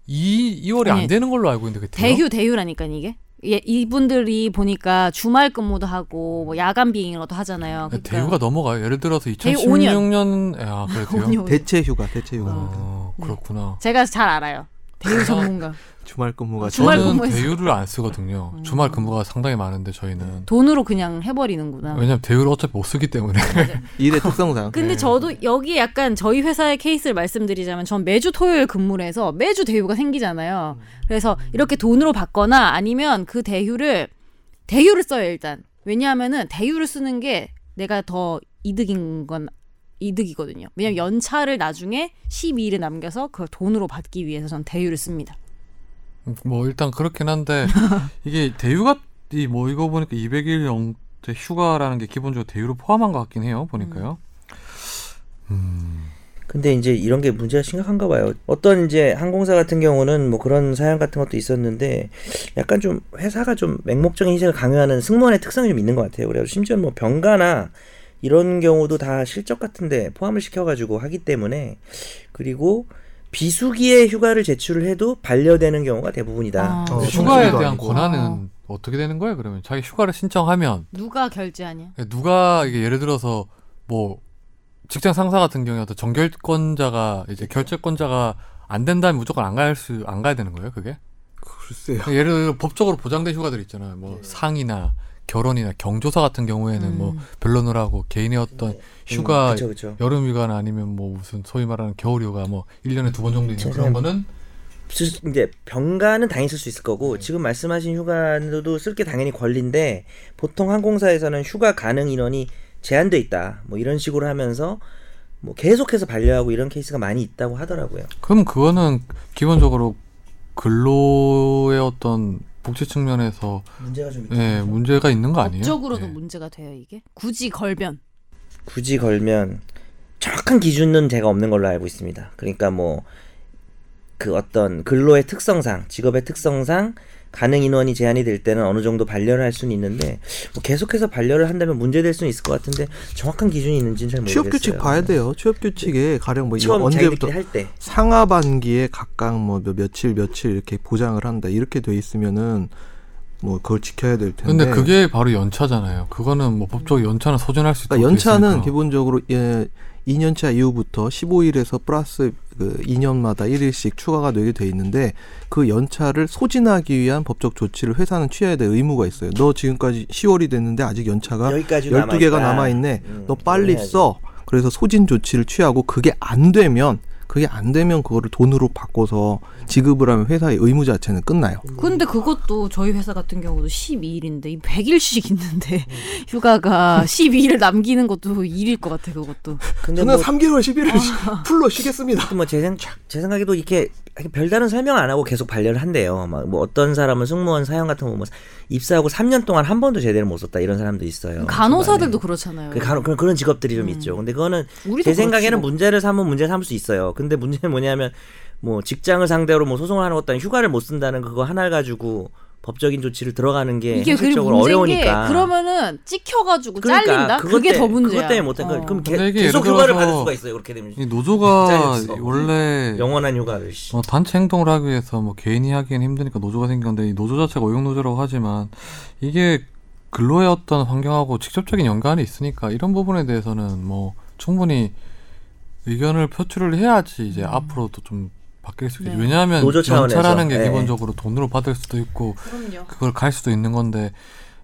Speaker 1: 2, 2월이
Speaker 2: 네.
Speaker 1: 안 되는 걸로 알고 있는데 그때요?
Speaker 2: 대휴 대휴라니까 이게. 예, 이분들이 보니까 주말 근무도 하고 뭐 야간 비행이라도 하잖아요. 그러니까
Speaker 1: 네, 대우가 넘어가요. 예를 들어서
Speaker 2: 대우 오 년.
Speaker 1: 2016년 아 그래요.
Speaker 2: 오뇨.
Speaker 3: 대체 휴가, 대체 휴가.
Speaker 1: 어,
Speaker 2: 네.
Speaker 1: 그렇구나.
Speaker 2: 제가 잘 알아요. 대우 전문가.
Speaker 3: 주말
Speaker 1: 아,
Speaker 3: 근무가
Speaker 2: 주말
Speaker 1: 저는
Speaker 2: 근무에서. 음.
Speaker 1: 대유를 안 쓰거든요. 주말 근무가 상당히 많은데 저희는
Speaker 2: 돈으로 그냥 해버리는구나.
Speaker 1: 왜냐면 대유를 어차피 못 쓰기 때문에
Speaker 3: 일의 특성상.
Speaker 2: 근데 저도 여기에 약간 저희 회사의 케이스를 말씀드리자면 전 매주 토요일 근무를 해서 매주 대휴가 생기잖아요. 그래서 이렇게 돈으로 받거나 아니면 그 대휴를 대휴를 써요 일단. 왜냐하면은 대휴를 쓰는 게 내가 더 이득인 건 이득이거든요. 왜냐면 연차를 나중에 12일에 남겨서 그걸 돈으로 받기 위해서 전 대휴를 씁니다.
Speaker 1: 뭐 일단 그렇긴 한데 이게 대유가 이 뭐 이거 보니까 200일 영 휴가라는 게 기본적으로 대유로 포함한 것 같긴 해요. 보니까요.
Speaker 2: 음.
Speaker 4: 근데 이제 이런 게 문제가 심각한가 봐요. 어떤 이제 항공사 같은 경우는 뭐 그런 사연 같은 것도 있었는데 약간 좀 회사가 좀 맹목적인 희생을 강요하는 승무원의 특성이 좀 있는 것 같아요. 그래서 심지어 뭐 병가나 이런 경우도 다 실적 같은데 포함을 시켜가지고 하기 때문에 그리고 비수기에 휴가를 제출을 해도 반려되는 경우가 대부분이다. 음,
Speaker 2: 아.
Speaker 3: 어,
Speaker 1: 휴가에
Speaker 3: 휴가도
Speaker 1: 대한
Speaker 3: 아니고.
Speaker 1: 권한은 어떻게 되는 거예요? 그러면 자기 휴가를 신청하면
Speaker 2: 누가 결제하냐?
Speaker 1: 음. 누가 이게 예를 들어서 뭐 직장 상사 같은 경우에도 정결권자가 이제 결재권자가 안 된다면 무조건 안 갈 수 안 가야 되는 거예요? 그게?
Speaker 3: 글쎄요.
Speaker 1: 그러니까 예를 들어 법적으로 보장된 휴가들 있잖아요.
Speaker 3: 네.
Speaker 1: 뭐 상이나 결혼이나 경조사 같은 경우에는 뭐
Speaker 3: 음.
Speaker 1: 변론을하고 개인의
Speaker 3: 네.
Speaker 1: 어떤 휴가
Speaker 4: 그쵸, 그쵸.
Speaker 1: 여름 휴가나 아니면 뭐 무슨 소위 말하는 겨울 휴가 뭐 1년에 두 번 정도 있는 그런
Speaker 4: 죄송합니다.
Speaker 1: 거는
Speaker 4: 수- 이제 병가는 당연히 쓸 수 있을 거고 지금 말씀하신 휴가도 쓸 게 당연히 권리인데 보통 항공사에서는 휴가 가능 인원이 제한돼 있다 뭐 이런 식으로 하면서 뭐 계속해서 반려하고 이런 케이스가 많이 있다고 하더라고요.
Speaker 1: 그럼 그거는 기본적으로 근로의 어떤 복지 측면에서
Speaker 4: 문제가 좀
Speaker 1: 예, 문제가 있는 거 아니에요?
Speaker 2: 법적으로도
Speaker 1: 예.
Speaker 2: 문제가 돼요 이게. 굳이 걸면
Speaker 4: 굳이 걸면 정확한 기준은 제가 없는 걸로 알고 있습니다. 그러니까 뭐 그 어떤 근로의 특성상, 직업의 특성상 가능 인원이 제한이 될 때는 어느 정도 반려를 할 수는 있는데 뭐 계속해서 반려를 한다면 문제될 수는 있을 것 같은데 정확한 기준이 있는지는 잘 모르겠어요. 네.
Speaker 3: 취업 규칙 봐야 돼요. 취업 규칙에 가령 뭐 이거
Speaker 4: 처음
Speaker 3: 언제부터
Speaker 4: 자기들끼리 할 때.
Speaker 3: 상하반기에 각각 뭐 몇- 며칠 며칠 이렇게 보장을 한다 이렇게 돼 있으면은 뭐 그걸 지켜야 될 텐데.
Speaker 1: 근데 그게 바로 연차잖아요. 그거는 뭐 법적 연차는 소진할 수 있다.
Speaker 3: 음. 그러니까 연차는 기본적으로 예, 2년차 이후부터 15일에서 플러스 그 2년마다 1일씩 추가가 되게 돼 있는데 그 연차를 소진하기 위한 법적 조치를 회사는 취해야 될 의무가 있어요. 너 지금까지 10월이 됐는데 아직 연차가
Speaker 4: 여기까지
Speaker 3: 12개가 남아 있네.
Speaker 4: 음,
Speaker 3: 너 빨리
Speaker 4: 그래야지.
Speaker 3: 써. 그래서 소진 조치를 취하고 그게 안 되면 그게 안 되면 그거를 돈으로 바꿔서 지급을 하면 회사의 의무 자체는 끝나요.
Speaker 2: 근데 그것도 저희 회사 같은 경우도 12일인데 이 100일씩 있는데 휴가가 12일을 남기는 것도 일일 것 같아 그것도.
Speaker 4: 근데 뭐, 어.
Speaker 3: 3개월 11일 풀로 쉬겠습니다.
Speaker 4: 뭐 제, 생, 제 생각에도 이렇게 별다른 설명 안 하고 계속 반려를 한대요. 막 뭐 어떤 사람은 승무원 사형 같은 거뭐 입사하고 3년 동안 한 번도 제대로 못 썼다 이런 사람도 있어요.
Speaker 2: 간호사들도 그렇잖아요.
Speaker 4: 그 간호, 그런, 그런 직업들이 좀 있죠. 근데 그거는
Speaker 2: 음. 우리도
Speaker 4: 제 생각에는
Speaker 2: 그렇지 뭐.
Speaker 4: 문제를 삼으면 문제 삼을 수 있어요. 근데 문제는 뭐냐면 뭐 직장을 상대로 뭐 소송을 하는 것도 아니고 휴가를 못 쓴다는 그거 하나를 가지고 법적인 조치를 들어가는 게
Speaker 2: 이게 그리고
Speaker 4: 현실적으로
Speaker 2: 문제인
Speaker 4: 어려우니까.
Speaker 2: 게 그러면은 찍혀가지고
Speaker 4: 그러니까
Speaker 2: 잘린다.
Speaker 4: 그것
Speaker 2: 그게
Speaker 4: 때-
Speaker 2: 더 문제야.
Speaker 4: 그것 때문에 못한
Speaker 2: 어.
Speaker 4: 거. 그럼
Speaker 1: 근데
Speaker 4: 개,
Speaker 1: 이게
Speaker 4: 계속
Speaker 1: 예를
Speaker 4: 휴가를
Speaker 1: 들어서
Speaker 4: 받을 수가 있어요. 그렇게 되면
Speaker 1: 이 노조가
Speaker 4: 짜였어.
Speaker 1: 원래
Speaker 4: 영원한 휴가를. 씨.
Speaker 1: 어, 단체 행동을 하기 위해서 뭐 개인이 하기엔 힘드니까 노조가 생긴 건데 이 노조 자체가 오용노조라고 하지만 이게 근로의 어떤 환경하고 직접적인 연관이 있으니까 이런 부분에 대해서는 뭐 충분히 의견을 표출을 해야지 이제 앞으로도 좀 바뀔 수 있겠죠.
Speaker 2: 네.
Speaker 1: 왜냐하면
Speaker 4: 음. 노조 차원에서.
Speaker 1: 연차라는 게
Speaker 4: 예.
Speaker 1: 기본적으로 돈으로 받을 수도 있고
Speaker 2: 그럼요.
Speaker 1: 그걸 갈 수도 있는 건데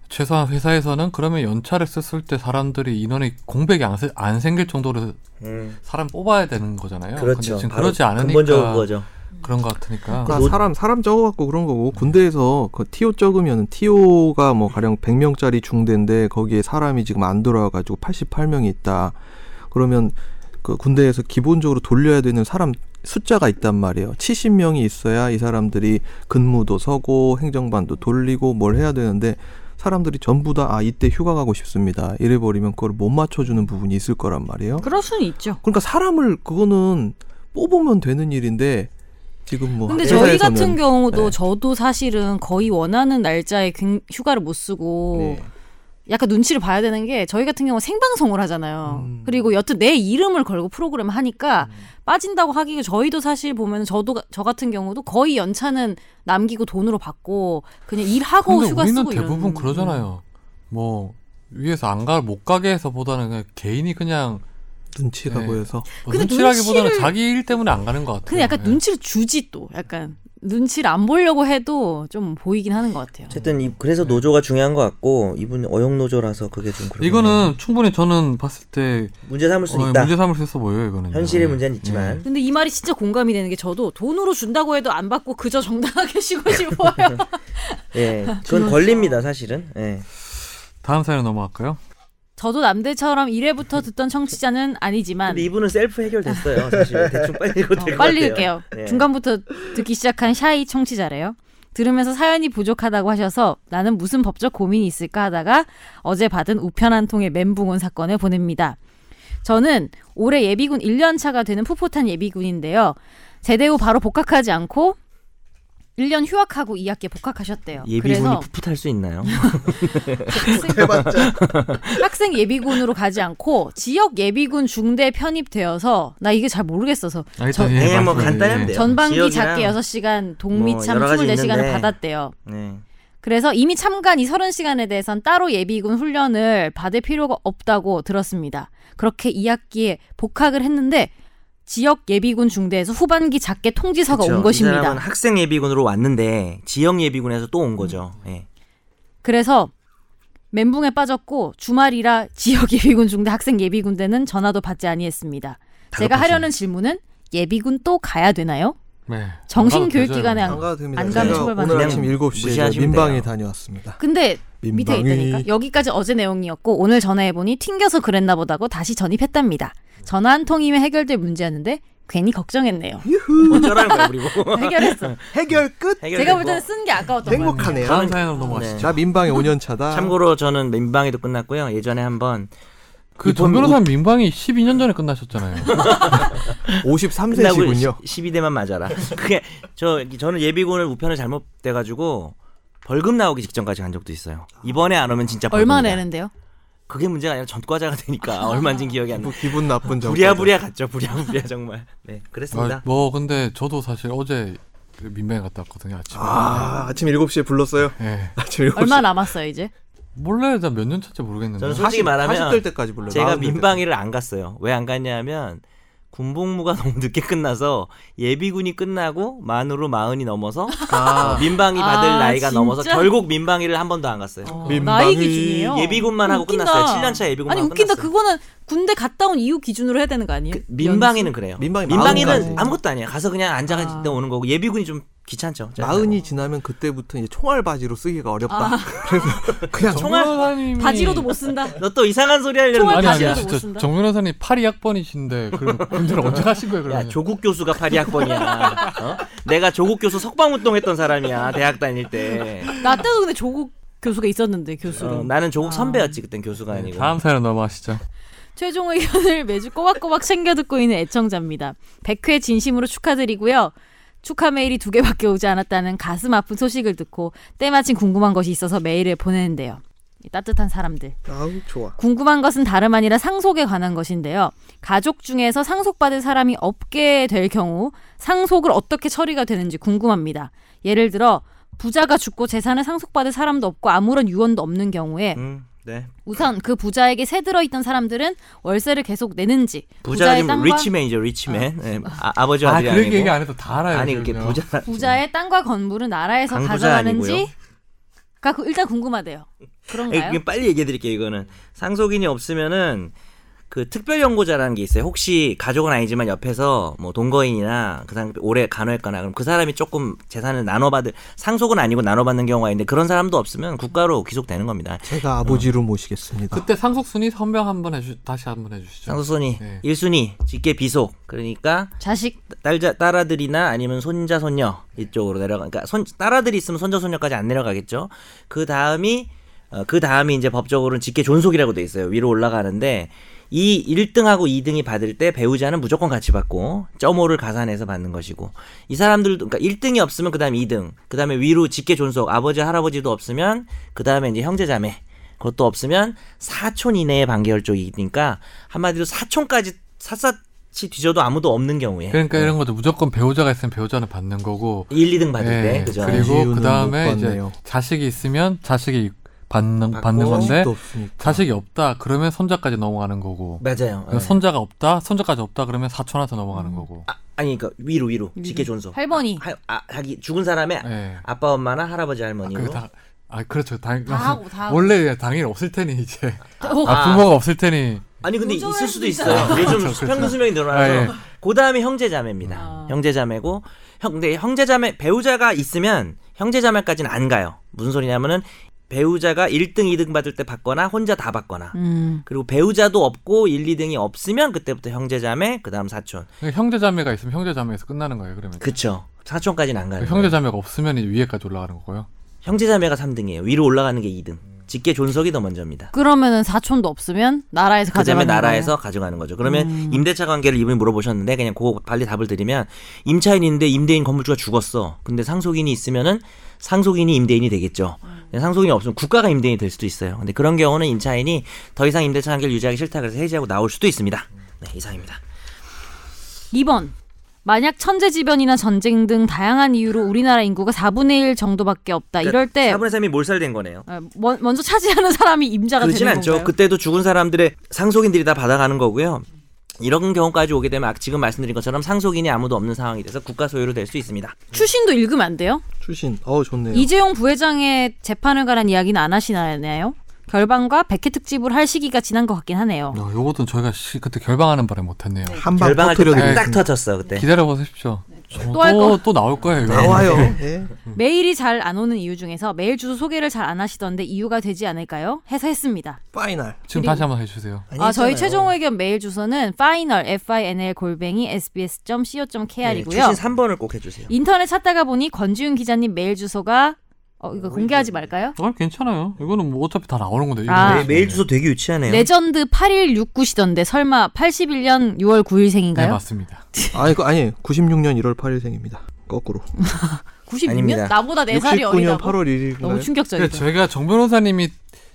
Speaker 1: 최소한 회사에서는 그러면 연차를 썼을 때 사람들이 인원이 공백이 안, 세- 안 생길 정도로
Speaker 4: 음.
Speaker 1: 사람 뽑아야 되는 거잖아요. 근데
Speaker 4: 그렇죠.
Speaker 1: 지금
Speaker 4: 바로
Speaker 1: 그러지
Speaker 4: 근본적으로
Speaker 1: 않으니까
Speaker 4: 그거죠.
Speaker 1: 그런 것 같으니까
Speaker 3: 그러니까 사람 사람 적어갖고 그런 거고 군대에서 그 TO 적으면 TO가 뭐 가령 100명짜리 중대인데 거기에 사람이 지금 안 들어와가지고 88명이 있다. 그러면 그 군대에서 기본적으로 돌려야 되는 사람 숫자가 있단 말이에요. 70명이 있어야 이 사람들이 근무도 서고 행정반도 돌리고 뭘 해야 되는데 사람들이 전부 다 아 이때 휴가 가고 싶습니다. 이래 버리면 그걸 못 맞춰주는 부분이 있을 거란 말이에요.
Speaker 2: 그럴 수는 있죠.
Speaker 3: 그러니까 사람을 그거는 뽑으면 되는 일인데 지금 뭐
Speaker 4: 그
Speaker 2: 근데
Speaker 3: 회사에서는
Speaker 2: 저희 같은 경우도
Speaker 3: 네.
Speaker 2: 저도 사실은 거의 원하는 날짜에 굉- 휴가를 못 쓰고
Speaker 3: 네.
Speaker 2: 약간 눈치를 봐야 되는 게 저희 같은 경우 생방송을 하잖아요.
Speaker 3: 음.
Speaker 2: 그리고 여튼 내 이름을 걸고 프로그램 을 하니까
Speaker 1: 음.
Speaker 2: 빠진다고 하기가 저희도 사실 보면 저도 저 같은 경우도 거의 연차는 남기고 돈으로 받고 그냥 일하고
Speaker 1: 근데
Speaker 2: 뭐 휴가
Speaker 1: 우리는
Speaker 2: 쓰고
Speaker 1: 대부분
Speaker 2: 이러는.
Speaker 1: 그러잖아요. 뭐 위에서 안 가 못 가게 해서보다는 그냥 개인이 그냥
Speaker 3: 눈치가
Speaker 1: 네.
Speaker 3: 보여서
Speaker 1: 뭐
Speaker 2: 근데
Speaker 1: 눈치라기보다는
Speaker 2: 눈치를-
Speaker 1: 자기 일 때문에 안 가는 것 같아요.
Speaker 2: 근데 약간
Speaker 1: 예.
Speaker 2: 눈치를 주지 또 약간 눈치를 안 보려고 해도 좀 보이긴 하는 것 같아요.
Speaker 4: 어쨌든 이- 그래서
Speaker 1: 네.
Speaker 4: 노조가 중요한 것 같고 이분 어용 노조라서 그게 좀 그런
Speaker 1: 이거는 충분히 저는 봤을 때
Speaker 4: 문제 삼을 수
Speaker 1: 어,
Speaker 4: 있다.
Speaker 1: 문제 음. 삼을 수 있어 보여요 이거는. 네.
Speaker 4: 현실의 문제는 있지만
Speaker 2: 근데 이 말이 진짜 공감이 되는 게 저도 돈으로 준다고 해도 안 받고 그저 정당하게 쉬고 싶어요.
Speaker 4: 예,
Speaker 2: 그렇죠.
Speaker 4: 그건 권리입니다 사실은. 예.
Speaker 1: 다음 사연 넘어갈까요?
Speaker 2: 저도 남들처럼 1회부터 듣던 청취자는 아니지만
Speaker 4: 근데 이분은 셀프 해결됐어요. 사실 대충 빨리 읽어도 될것 같아요.
Speaker 2: 빨리 읽게요.
Speaker 4: 예.
Speaker 2: 중간부터 듣기 시작한 샤이 청취자래요. 들으면서 사연이 부족하다고 하셔서 나는 무슨 법적 고민이 있을까 하다가 어제 받은 우편 한 통의 멘붕온 사건을 보냅니다. 저는 올해 예비군 1년 차가 되는 풋풋한 예비군인데요. 제대 후 바로 복학하지 않고 1년 휴학하고 2학기에 복학하셨대요.
Speaker 4: 예비군이
Speaker 2: 그래서
Speaker 4: 풋풋할 수 있나요?
Speaker 2: 학생, 학생 예비군으로 가지 않고 지역 예비군 중대 편입되어서 나 이게 잘 모르겠어서
Speaker 1: 아,
Speaker 2: 저-
Speaker 1: 일단
Speaker 4: 예, 뭐
Speaker 1: 말씀해 주세요.
Speaker 4: 간단하면 돼요.
Speaker 2: 전반기
Speaker 4: 지역이랑 뭐
Speaker 2: 작게 6시간, 동미참
Speaker 4: 여러 가지
Speaker 2: 24시간을
Speaker 4: 있는데.
Speaker 2: 받았대요.
Speaker 4: 네.
Speaker 2: 그래서 이미 참관 이 30시간에 대해선 따로 예비군 훈련을 받을 필요가 없다고 들었습니다. 그렇게 2학기에 복학을 했는데 지역 예비군 중대에서 후반기 작게 통지서가
Speaker 4: 그쵸.
Speaker 2: 온
Speaker 4: 이
Speaker 2: 것입니다.
Speaker 4: 사람은 학생 예비군으로 왔는데 지역 예비군에서 또 온 거죠. 예.
Speaker 2: 그래서 멘붕에 빠졌고 주말이라 지역 예비군 중대 학생 예비군대는 전화도 받지 아니했습니다. 제가
Speaker 4: 다급하죠.
Speaker 2: 하려는 질문은 예비군 또 가야 되나요?
Speaker 1: 네. 안 가도 되죠,
Speaker 2: 정신교육기관에
Speaker 1: 이거는.
Speaker 2: 안-
Speaker 3: 가도 됩니다.
Speaker 2: 안 가면
Speaker 3: 제가
Speaker 2: 처벌받는
Speaker 3: 오늘
Speaker 4: 거예요.
Speaker 3: 아침
Speaker 4: 그냥
Speaker 3: 7시에
Speaker 4: 무시하시면
Speaker 3: 민방에
Speaker 4: 돼요.
Speaker 3: 다녀왔습니다.
Speaker 2: 근데 밑에
Speaker 3: 민방위.
Speaker 2: 있다니까. 여기까지 어제 내용이었고 오늘 전화해보니 튕겨서 그랬나 보다고 다시 전입했답니다. 전화 한 통이면 해결될 문제였는데 괜히 걱정했네요.
Speaker 4: 어쩌라는 거야 우리 뭐.
Speaker 2: 해결했어.
Speaker 5: 해결 끝.
Speaker 2: 제가 볼 때는 쓴 게 아까웠던 거예요.
Speaker 5: 행복하네요.
Speaker 1: 다음 사연으로 넘어가시죠.
Speaker 3: 나 민방에 5년 차다.
Speaker 4: 참고로 저는 민방위도 끝났고요. 예전에 한번
Speaker 1: 그 전 변호사 님 민방이 12년 전에 끝나셨잖아요.
Speaker 4: 네.
Speaker 3: 53세시군요.
Speaker 4: 12대만 맞아라. 그게 저 저는 예비군을 우편을 잘못 돼가지고 벌금 나오기 직전까지 간 적도 있어요. 이번에 안 오면 진짜 벌금.
Speaker 2: 얼마 내는데요?
Speaker 4: 그게 문제가 아니라 전과자가 되니까 얼마인지 기억이 안 나.
Speaker 3: 뭐 기분 나쁜 점.
Speaker 4: 부랴부랴 갔죠. 부랴부랴 정말. 네, 그랬습니다.
Speaker 1: 아, 뭐 근데 저도 사실 어제 민방에 갔다 왔거든요 아침에.
Speaker 3: 아, 아침 7시에 불렀어요.
Speaker 1: 예.
Speaker 3: 아침 7시.
Speaker 2: 얼마 남았어요 이제?
Speaker 1: 몰라요, 나몇 년 차인지 모르겠는데.
Speaker 4: 저는 솔직히 말하면
Speaker 3: 40될 때까지 불러요.
Speaker 4: 제가
Speaker 3: 40될
Speaker 4: 민방위를 안 갔어요. 왜 안 갔냐면 군복무가 너무 늦게 끝나서 예비군이 끝나고 만으로 마흔이 넘어서 어, 민방위 받을
Speaker 2: 아,
Speaker 4: 나이가
Speaker 2: 진짜?
Speaker 4: 넘어서 결국 민방위를 한 번도 안 갔어요.
Speaker 2: 나이 기준이에요.
Speaker 4: 예비군만 하고
Speaker 2: 웃긴다.
Speaker 4: 끝났어요. 7년차 예비군만
Speaker 2: 아니
Speaker 4: 하고
Speaker 2: 웃긴다.
Speaker 4: 끝났어요.
Speaker 2: 그거는 군대 갔다 온 이후 기준으로 해야 되는 거 아니에요?
Speaker 4: 민방위는 그래요.
Speaker 3: 민방위
Speaker 4: 민방위는
Speaker 3: 마흔까지.
Speaker 4: 아무것도 아니에요. 가서 그냥 앉아 있다 오는 거고 예비군이 좀 귀찮죠.
Speaker 3: 때. 마흔이 지나면 그때부터 이제 총알 바지로 쓰기가
Speaker 2: 아.
Speaker 3: 어렵다. 그래서 그냥
Speaker 1: 정
Speaker 4: 정말
Speaker 1: 변호사님이
Speaker 2: 바지로도 못 쓴다.
Speaker 4: 너또 이상한 소리 하려는
Speaker 2: 총알
Speaker 1: 아니
Speaker 4: 거야.
Speaker 2: 바지로
Speaker 1: 아니
Speaker 2: 바지라도 못
Speaker 1: 진짜
Speaker 2: 쓴다.
Speaker 1: 정 변호사님 팔이 약번이신데 그럼 군대를 언제 가신 거예요
Speaker 4: 야
Speaker 1: 그러면?
Speaker 4: 조국 교수가 파리학번이야. 어? 내가 조국 교수 석방운동 했던 사람이야 대학 다닐 때.
Speaker 2: 나 때도 근데 조국 교수가 있었는데
Speaker 4: 어,
Speaker 2: 교수로.
Speaker 4: 나는 조국 선배였지 그땐 교수가
Speaker 1: 네,
Speaker 4: 아니고.
Speaker 1: 다음 사연 넘어가시죠.
Speaker 2: 최종 의견을 매주 꼬박꼬박 챙겨 듣고 있는 애청자입니다. 100회 진심으로 축하드리고요. 축하 메일이 두 개밖에 오지 않았다는 가슴 아픈 소식을 듣고 때마침 궁금한 것이 있어서 메일을 보내는데요. 이 따뜻한 사람들.
Speaker 5: 아우 좋아.
Speaker 2: 궁금한 것은 다름 아니라 상속에 관한 것인데요. 가족 중에서 상속받을 사람이 없게 될 경우 상속을 어떻게 처리가 되는지 궁금합니다. 예를 들어 부자가 죽고 재산을 상속받을 사람도 없고 아무런 유언도 없는 경우에
Speaker 4: 음, 네.
Speaker 2: 우선 그 부자에게 세 들어있던 사람들은 월세를 계속 내는지
Speaker 4: 부자가
Speaker 2: 부자의
Speaker 4: 지금
Speaker 2: 땅과
Speaker 4: 리치맨이죠 리치맨. 네, 아, 버지
Speaker 1: 아
Speaker 4: 아들이
Speaker 1: 그렇게
Speaker 4: 아니고.
Speaker 1: 얘기 안 해도 다 알아요.
Speaker 4: 아니 그렇게
Speaker 1: 그러면.
Speaker 4: 부자.
Speaker 2: 부자의 땅과 건물은 나라에서
Speaker 4: 강부자
Speaker 2: 가져가는지
Speaker 4: 아니고요.
Speaker 2: 가 그- 일단 궁금하대요.
Speaker 4: 에,
Speaker 2: 그런가요?
Speaker 4: 예, 이게 빨리 얘기해 드릴게요 이거는 상속인이 없으면은 그 특별 연고자라는 게 있어요 혹시 가족은 아니지만 옆에서 뭐 동거인이나 그 사람이 오래 간호했거나 그럼 그 사람이 조금 재산을 나눠받을 상속은 아니고 나눠받는 경우가 있는데 그런 사람도 없으면 국가로 귀속되는 겁니다
Speaker 3: 제가 아버지로
Speaker 4: 어.
Speaker 3: 모시겠습니다.
Speaker 1: 그때 상속 순위 선명 한번 해주 다시 한번 해주시죠.
Speaker 4: 상속순위
Speaker 1: 네.
Speaker 4: 일 1순위 직계 비속 그러니까
Speaker 2: 자식
Speaker 4: 딸자 딸아들이나 아니면 손자 손녀 이쪽으로 내려가 그러니까 손 딸아들이 있으면 손자 손녀까지 안 내려가겠죠. 그 다음이 어, 그 다음이 이제 법적으로는 직계 존속이라고 돼 있어요. 위로 올라가는데 이 1등하고 2등이 받을 때 배우자는 무조건 같이 받고 점호를 가산해서 받는 것이고 이 사람들도 그러니까 1등이 그 없으면 그다음 2등 그다음에 위로 직계 존속 아버지 할아버지도 없으면 그다음에 이제 그 형제 자매 그것도 없으면 4촌 이내의 반개월적이니까 한마디로 4촌까지 샅샅이 뒤져도 아무도 없는 경우에
Speaker 1: 그러니까 이런 것도 무조건 배우자가 있으면 배우자는 받는 거고
Speaker 4: 1, 2등 받을
Speaker 1: 예,
Speaker 4: 때 네, 그죠?
Speaker 3: 그리고
Speaker 1: 그리고
Speaker 3: 이유는
Speaker 1: 그
Speaker 3: 못
Speaker 1: 다음에 이제
Speaker 3: 봤네요.
Speaker 1: 자식이 있으면 자식이 받는
Speaker 4: 받고
Speaker 1: 받는 건데
Speaker 3: 자식도 없으니까.
Speaker 1: 자식이 없다 그러면 손자까지 넘어가는 거고 그러니까
Speaker 4: 맞아요. 예.
Speaker 1: 손자가 없다 손자까지 없다 그러면 사촌한테 넘어가는 거고
Speaker 4: 아, 아니 그러니까 위로 위로 직계 존속.
Speaker 2: 할머니.
Speaker 4: 하, 아, 하기 죽은 사람의
Speaker 1: 예.
Speaker 4: 아빠 엄마나 할아버지 할머니로
Speaker 1: 그게 다, 아 그렇죠 당
Speaker 2: 다 하고, 다 하고.
Speaker 1: 원래 당일 없을 테니 이제
Speaker 2: 어,
Speaker 1: 아, 부모가 없을 테니
Speaker 4: 아니 근데
Speaker 2: 요즘은
Speaker 4: 있을 수도
Speaker 2: 또
Speaker 4: 있어요.
Speaker 2: 있잖아요.
Speaker 4: 요즘
Speaker 1: 그렇죠, 그렇죠.
Speaker 4: 평균 수명이
Speaker 1: 아, 예.
Speaker 4: 늘어나서 그 다음에 형제자매입니다.
Speaker 2: 아.
Speaker 4: 형제자매고 형 근데 형제자매 배우자가 있으면 형제자매까지는 안 가요. 무슨 소리냐면은 배우자가 1등, 2등 받을 때 받거나 혼자 다 받거나
Speaker 2: 음.
Speaker 4: 그리고 배우자도 없고 1, 2등이 없으면 그때부터 형제자매 그다음 사촌.
Speaker 1: 그러니까 형제자매가 있으면 형제자매에서 끝나는 거예요 그러면
Speaker 4: 그쵸. 사촌까지는 안 가요.
Speaker 1: 그러니까 형제자매가 없으면 이제 위에까지 올라가는 거고요
Speaker 4: 형제자매가 3등이에요. 위로 올라가는 게 2등. 직계 존속이 더 먼저입니다.
Speaker 2: 그러면은 사촌도 없으면 나라에서
Speaker 4: 그 다음에
Speaker 2: 가져가는 음.
Speaker 4: 나라에서 가져가는 거죠. 그러면 임대차 관계를 이분이 물어보셨는데 그냥 그거 빨리 답을 드리면 임차인인데 임대인 건물주가 죽었어. 근데 상속인이 있으면은 상속인이 임대인이 되겠죠.
Speaker 2: 음.
Speaker 4: 근데 상속인이 없으면 국가가 임대인이 될 수도 있어요. 근데 그런 경우는 임차인이 더 이상 임대차 관계를 유지하기 싫다 그래서 해지하고 나올 수도 있습니다. 네, 이상입니다.
Speaker 2: 거예요. 2번. 만약 천재지변이나 전쟁 등 다양한 이유로 우리나라 인구가 4분의 1 정도밖에 없다.
Speaker 4: 그러니까
Speaker 2: 이럴 때
Speaker 4: 4분의 3이 몰살된 거네요.
Speaker 2: 어, 먼- 먼저 차지하는 사람이 임자가
Speaker 4: 그렇진
Speaker 2: 되는
Speaker 4: 않죠.
Speaker 2: 건가요?
Speaker 4: 그때도 죽은 사람들의 상속인들이 다 받아가는 거고요. 이런 경우까지 오게 되면 아까 지금 말씀드린 것처럼 상속인이 아무도 없는 상황이 돼서 국가 소유로 될 수 있습니다.
Speaker 2: 추신도 읽으면 안 돼요?
Speaker 3: 출신. 어 좋네요.
Speaker 2: 이재용 부회장의 재판을 관한 이야기는 안 하시나요? 결방과 백회 특집을 할 시기가 지난 것 같긴
Speaker 4: 음.
Speaker 2: 하네요.
Speaker 1: 야, 요것도 저희가 시, 그때 결방하는 바람에 못했네요
Speaker 3: 한방
Speaker 4: 결방할
Speaker 3: 터트려
Speaker 1: 때
Speaker 4: 때딱
Speaker 3: 드리겠습니다.
Speaker 4: 터졌어 그때.
Speaker 1: 기다려 보십시오
Speaker 2: 네,
Speaker 1: 어,
Speaker 2: 또할 거.
Speaker 1: 또또 나올 거예요 이거.
Speaker 3: 나와요. 예.
Speaker 2: 메일이 잘 안 오는 이유 중에서 메일 주소 소개를 잘 안 하시던데 이유가 되지 않을까요? 해서 했습니다.
Speaker 3: 파이널.
Speaker 1: 지금 다시 한번 해주세요
Speaker 2: 아, 저희 최종 의견 메일 주소는 final final 골뱅이 sbs.co.kr이고요.
Speaker 4: 네, 출신 3번을 꼭 해주세요.
Speaker 2: 인터넷 찾다가 보니 권지윤 기자님 메일 주소가 어 이거 공개하지 말까요?
Speaker 1: 아 괜찮아요 이거는 뭐 어차피 다 나오는 건데 이거
Speaker 2: 아.
Speaker 4: 네, 메일 주소 되게 유치하네요.
Speaker 2: 레전드 8169시던데 설마 81년 6월 9일생인가요?
Speaker 1: 네 맞습니다
Speaker 3: 아 이거 아니 96년 1월 8일생입니다. 거꾸로.
Speaker 2: 96년?
Speaker 4: 아닙니다.
Speaker 2: 나보다 4살이
Speaker 3: 69년
Speaker 2: 어리다고?
Speaker 3: 8월 1일인가요? 그렇죠.
Speaker 2: 너무
Speaker 1: 근데
Speaker 2: 충격적이다.
Speaker 1: 제가 정 변호사님이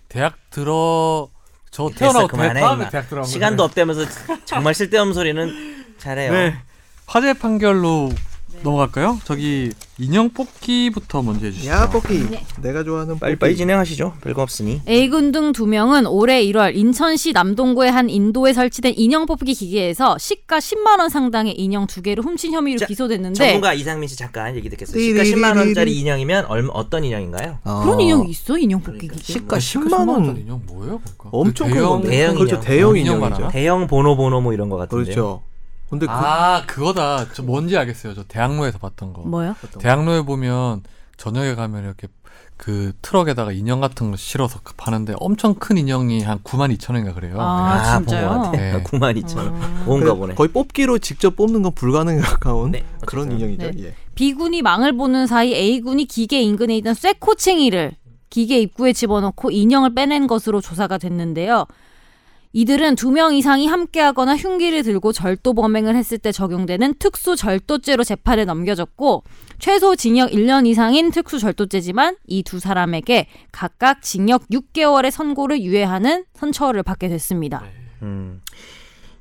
Speaker 1: 대학 들어 저
Speaker 4: 됐어,
Speaker 1: 태어나고 대-
Speaker 4: 그만해,
Speaker 1: 다음에
Speaker 4: 임마.
Speaker 1: 대학 들어간
Speaker 4: 시간도
Speaker 1: 거잖아요.
Speaker 4: 없다면서 정말 쓸데없는 소리는 잘해요.
Speaker 1: 네. 화재 판결로
Speaker 2: 네.
Speaker 1: 넘어갈까요? 저기 인형 뽑기부터 먼저 해주시죠.
Speaker 3: 야 뽑기.
Speaker 2: 네.
Speaker 3: 내가 좋아하는
Speaker 4: 빨리 빨리 진행하시죠. 별거 없으니.
Speaker 2: A군 등 두 명은 올해 1월 인천시 남동구의 한 인도에 설치된 인형 뽑기 기계에서 시가 10만 원 상당의 인형 두 개를 훔친 혐의로
Speaker 4: 자,
Speaker 2: 기소됐는데
Speaker 4: 전문가 이상민 씨 잠깐 얘기 듣겠어요. 시가
Speaker 3: 띠리리리리.
Speaker 4: 10만 원짜리 인형이면 얼마 어떤 인형인가요?
Speaker 3: 아,
Speaker 2: 그런 인형이 아, 있어? 인형 뽑기 기계.
Speaker 4: 그러니까.
Speaker 3: 시가 10만 원.
Speaker 1: 그 인형 뭐예요? 그러니까?
Speaker 3: 엄청
Speaker 1: 그
Speaker 3: 큰
Speaker 1: 대형-
Speaker 3: 건데.
Speaker 4: 대형
Speaker 3: 그렇죠.
Speaker 4: 아, 인형. 네.
Speaker 3: 대형
Speaker 1: 인형
Speaker 3: 인형이죠.
Speaker 1: 말하나?
Speaker 4: 대형 보노 보노 뭐 이런 거 같은데.
Speaker 3: 그렇죠. 근데 그
Speaker 1: 아 그거다. 저 뭔지 알겠어요. 저 대학로에서 봤던 거.
Speaker 2: 뭐요?
Speaker 1: 대학로에 보면 저녁에 가면 이렇게 그 트럭에다가 인형 같은 거 실어서 그 파는데 엄청 큰 인형이 한 9만 2천 원인가 그래요.
Speaker 4: 네,
Speaker 2: 아, 진짜요?
Speaker 4: 본것 같아.
Speaker 1: 네.
Speaker 4: 9만 2천 원. 그건가 보네.
Speaker 3: 거의 뽑기로 직접 뽑는 건 불가능에 가까운
Speaker 4: 네,
Speaker 3: 그런
Speaker 4: 어쨌든.
Speaker 3: 인형이죠.
Speaker 2: 네.
Speaker 3: 예.
Speaker 2: B군이 망을 보는 사이 A군이 기계 인근에 있던 쇠코챙이를 기계 입구에 집어넣고 인형을 빼낸 것으로 조사가 됐는데요. 이들은 두 명 이상이 함께하거나 흉기를 들고 절도 범행을 했을 때 적용되는 특수 절도죄로 재판에 넘겨졌고 최소 징역 1년 이상인 특수 절도죄지만 이 두 사람에게 각각 징역 6개월의 선고를 유예하는 선처를 받게 됐습니다.
Speaker 4: 음.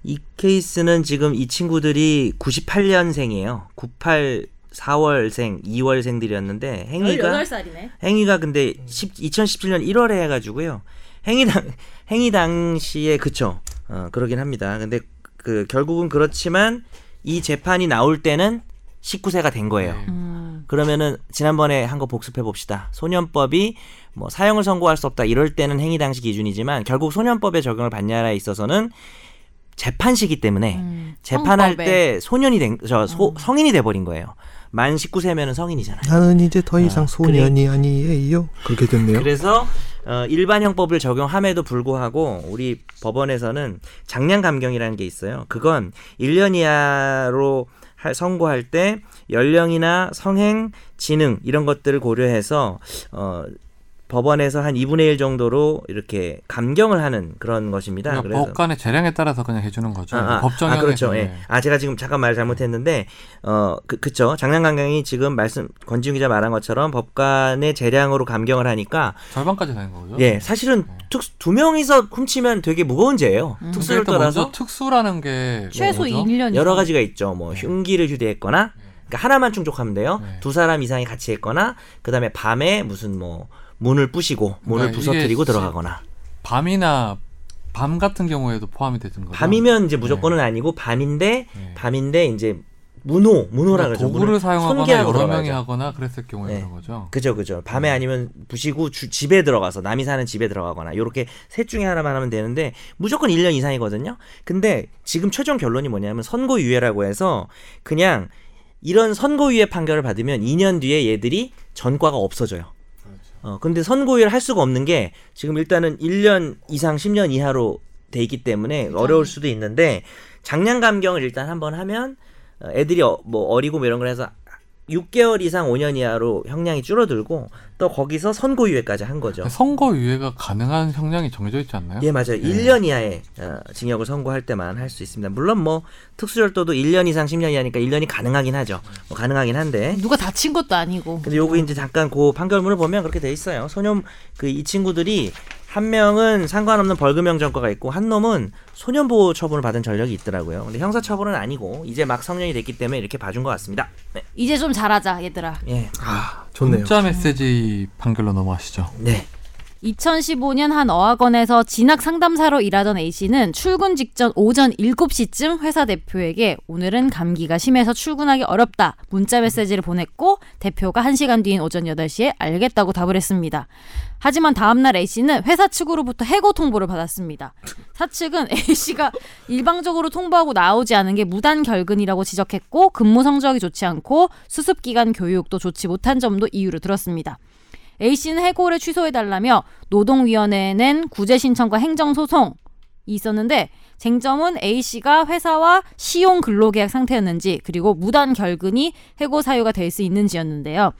Speaker 4: 이 케이스는 지금 이 친구들이 98년생이에요. 98 4월생, 2월생들이었는데
Speaker 2: 아,
Speaker 4: 행위가 행위가 근데 2017년 1월에 해가지고요. 행위 당 행위 당시에 그쵸. 어, 그러긴 합니다. 근데 그 결국은 그렇지만 이 재판이 나올 때는 19세가 된 거예요.
Speaker 2: 음.
Speaker 4: 그러면은 지난번에 한 거 복습해 봅시다. 소년법이 뭐 사형을 선고할 수 없다 이럴 때는 행위 당시 기준이지만 결국 소년법의 적용을 받냐에 있어서는 재판시기 때문에 네. 재판할
Speaker 2: 음. 형법에. 음.
Speaker 4: 때 소년이 된저 성인이 돼 버린 거예요. 만 19세면은 성인이잖아요.
Speaker 3: 나는 이제 더 이상 소년이
Speaker 4: 소년이
Speaker 3: 아니에요. 그렇게 됐네요.
Speaker 4: 그래서 어, 일반 형법을 적용함에도 불구하고 우리 법원에서는 장량 감경이라는 게 있어요. 그건 1년 이하로 할- 선고할 때 연령이나 성행, 지능 이런 것들을 고려해서 어, 법원에서 한 2분의 1 정도로 이렇게 감경을 하는 그런 것입니다.
Speaker 1: 그러니까 법관의 재량에 따라서 그냥 해주는 거죠.
Speaker 4: 아, 아,
Speaker 1: 법정에
Speaker 4: 아, 그렇죠.
Speaker 1: 한해서,
Speaker 4: 예.
Speaker 1: 예.
Speaker 4: 아 제가 지금 잠깐 말 잘못했는데 어그 그쵸 장량 강경이 지금 말씀 권지웅 기자 말한 것처럼 법관의 재량으로 감경을 하니까
Speaker 1: 절반까지 되는 거죠.
Speaker 4: 예 사실은 특두 명이서 훔치면 되게 무거운 죄예요.
Speaker 2: 음.
Speaker 4: 특수를
Speaker 1: 근데 일단 먼저
Speaker 4: 떠나서
Speaker 1: 특수라는 게
Speaker 2: 최소
Speaker 1: 뭐죠?
Speaker 2: 1년
Speaker 4: 네, 여러 가지가 있죠. 뭐 흉기를 휴대했거나 그러니까 하나만 충족하면 돼요.
Speaker 1: 네.
Speaker 4: 두 사람 이상이 같이 했거나 그다음에 밤에 무슨 뭐 문을 부시고
Speaker 1: 그러니까
Speaker 4: 문을
Speaker 1: 이게
Speaker 4: 부서뜨리고
Speaker 1: 시-
Speaker 4: 들어가거나
Speaker 1: 밤이나 밤 같은 경우에도 포함이 되는 거죠.
Speaker 4: 밤이면 이제 무조건은 아니고 밤인데
Speaker 1: 아, 네.
Speaker 4: 밤인데 이제 문호 문호라
Speaker 1: 그러니까
Speaker 4: 그러죠.
Speaker 1: 도구를
Speaker 4: 문을
Speaker 1: 사용하거나
Speaker 4: 손기하고
Speaker 1: 여러
Speaker 4: 들어가야죠.
Speaker 1: 명이 하거나 그랬을 경우에
Speaker 4: 네.
Speaker 1: 그런 거죠.
Speaker 4: 그죠 그죠 밤에 아니면 부시고 주- 집에 들어가서 남이 사는 집에 들어가거나 요렇게 셋 중에 하나만 하면 되는데 무조건 1년 이상이거든요 근데 지금 최종 결론이 뭐냐면 선고유예라고 해서 그냥 이런 선고유예 판결을 받으면 2년 뒤에 얘들이 전과가 없어져요 어 근데 선고유예를 할 수가 없는 게 지금 일단은 1년 이상 10년 이하로 돼 있기 때문에 어려울 수도 있는데 장량 감경을 일단 한번 하면 어, 애들이 어, 뭐 어리고 뭐 이런 걸 해서 6개월 이상 5년 이하로 형량이 줄어들고 또 거기서 선고유예까지 한 거죠.
Speaker 1: 선거유예가 가능한 형량이 정해져 있지 않나요?
Speaker 4: 그렇죠. 예, 맞아요. 1년 이하의 어, 징역을 선고할 때만 할 수 있습니다. 물론 뭐 특수절도도 1년 이상 10년 이하니까 1년이 가능하긴 하죠. 뭐 가능하긴 한데.
Speaker 2: 누가 다친 것도 아니고
Speaker 4: 근데 요거 이제 잠깐 그 판결문을 보면 그렇게 돼 있어요. 소년 그 이 친구들이 한 명은 상관없는 벌금형 전과가 있고 한 놈은 소년 보호 처분을 받은 전력이 있더라고요. 근데 형사 처분은 아니고 이제 막 성년이 됐기 때문에 이렇게 봐준 것 같습니다. 네.
Speaker 2: 이제 좀 잘하자 얘들아.
Speaker 4: 예.
Speaker 3: 아 좋네요.
Speaker 1: 문자 메시지 판결로 넘어가시죠.
Speaker 4: 네.
Speaker 2: 2015년 한 어학원에서 진학 상담사로 일하던 A씨는 출근 직전 오전 7시쯤 회사 대표에게 오늘은 감기가 심해서 출근하기 어렵다 문자 메시지를 보냈고 대표가 1시간 뒤인 오전 8시에 알겠다고 답을 했습니다. 하지만 다음날 A씨는 회사 측으로부터 해고 통보를 받았습니다. 사측은 A씨가 일방적으로 통보하고 나오지 않은 게 무단 결근이라고 지적했고 근무 성적이 좋지 않고 수습 기간 교육도 좋지 못한 점도 이유로 들었습니다. A씨는 해고를 취소해달라며 노동위원회에 낸 구제 신청과 행정소송이 있었는데 쟁점은 A씨가 회사와 시용 근로계약 상태였는지 그리고 무단 결근이 해고 사유가 될 수 있는지였는데요.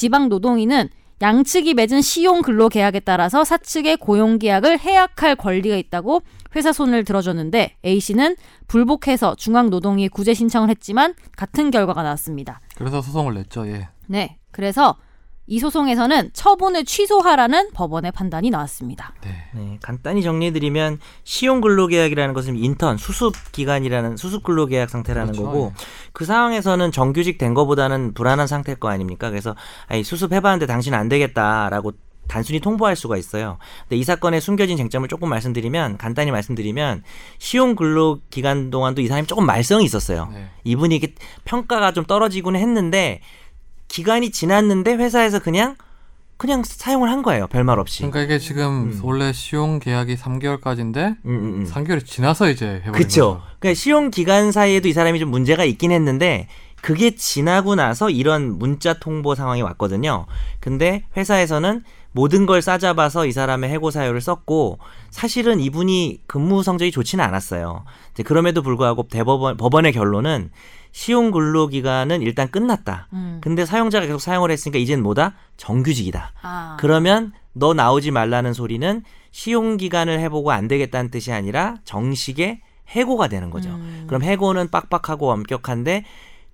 Speaker 2: 지방노동위는 양측이 맺은 시용 근로계약에 따라서 사측의 고용계약을 해약할 권리가 있다고 회사 손을 들어줬는데 A씨는 불복해서 중앙노동위에 구제 신청을 했지만 같은 결과가 나왔습니다.
Speaker 1: 그래서 소송을 냈죠. 예.
Speaker 2: 네. 그래서 이 소송에서는 처분을 취소하라는 법원의 판단이 나왔습니다.
Speaker 1: 네.
Speaker 4: 네, 간단히 정리해드리면 시용 근로계약이라는 것은 인턴 수습 기간이라는 수습 근로계약 상태라는
Speaker 1: 그렇죠.
Speaker 4: 거고 그 상황에서는 정규직 된 거보다는 불안한 상태일 거 아닙니까? 그래서 아니 수습 해봤는데 당신 안 되겠다라고 단순히 통보할 수가 있어요. 근데 이 사건의 숨겨진 쟁점을 조금 말씀드리면 간단히 말씀드리면 시용 근로 기간 동안도 이 사람이 조금 말썽이 있었어요.
Speaker 1: 네.
Speaker 4: 이분이 이게 평가가 좀 떨어지고는 했는데 기간이 지났는데 회사에서 그냥 그냥 사용을 한 거예요. 별말 없이.
Speaker 1: 그러니까 이게 지금
Speaker 4: 음.
Speaker 1: 원래 시용 계약이 3개월까지인데
Speaker 4: 음, 음, 음.
Speaker 1: 3개월이 지나서 이제 해버린
Speaker 4: 그쵸.
Speaker 1: 거죠.
Speaker 4: 그러니까 시용 기간 사이에도 이 사람이 좀 문제가 있긴 했는데 그게 지나고 나서 이런 문자 통보 상황이 왔거든요. 근데 회사에서는 모든 걸 싸잡아서 이 사람의 해고 사유를 썼고 사실은 이분이 근무 성적이 좋지는 않았어요. 이제 그럼에도 불구하고 대법원 법원의 결론은 시용 근로 기간은 일단 끝났다.
Speaker 2: 음.
Speaker 4: 근데 사용자가 계속 사용을 했으니까 이젠 뭐다? 정규직이다.
Speaker 2: 아.
Speaker 4: 그러면 너 나오지 말라는 소리는 시용 기간을 해보고 안 되겠다는 뜻이 아니라 정식의 해고가 되는 거죠.
Speaker 2: 음.
Speaker 4: 그럼 해고는 빡빡하고 엄격한데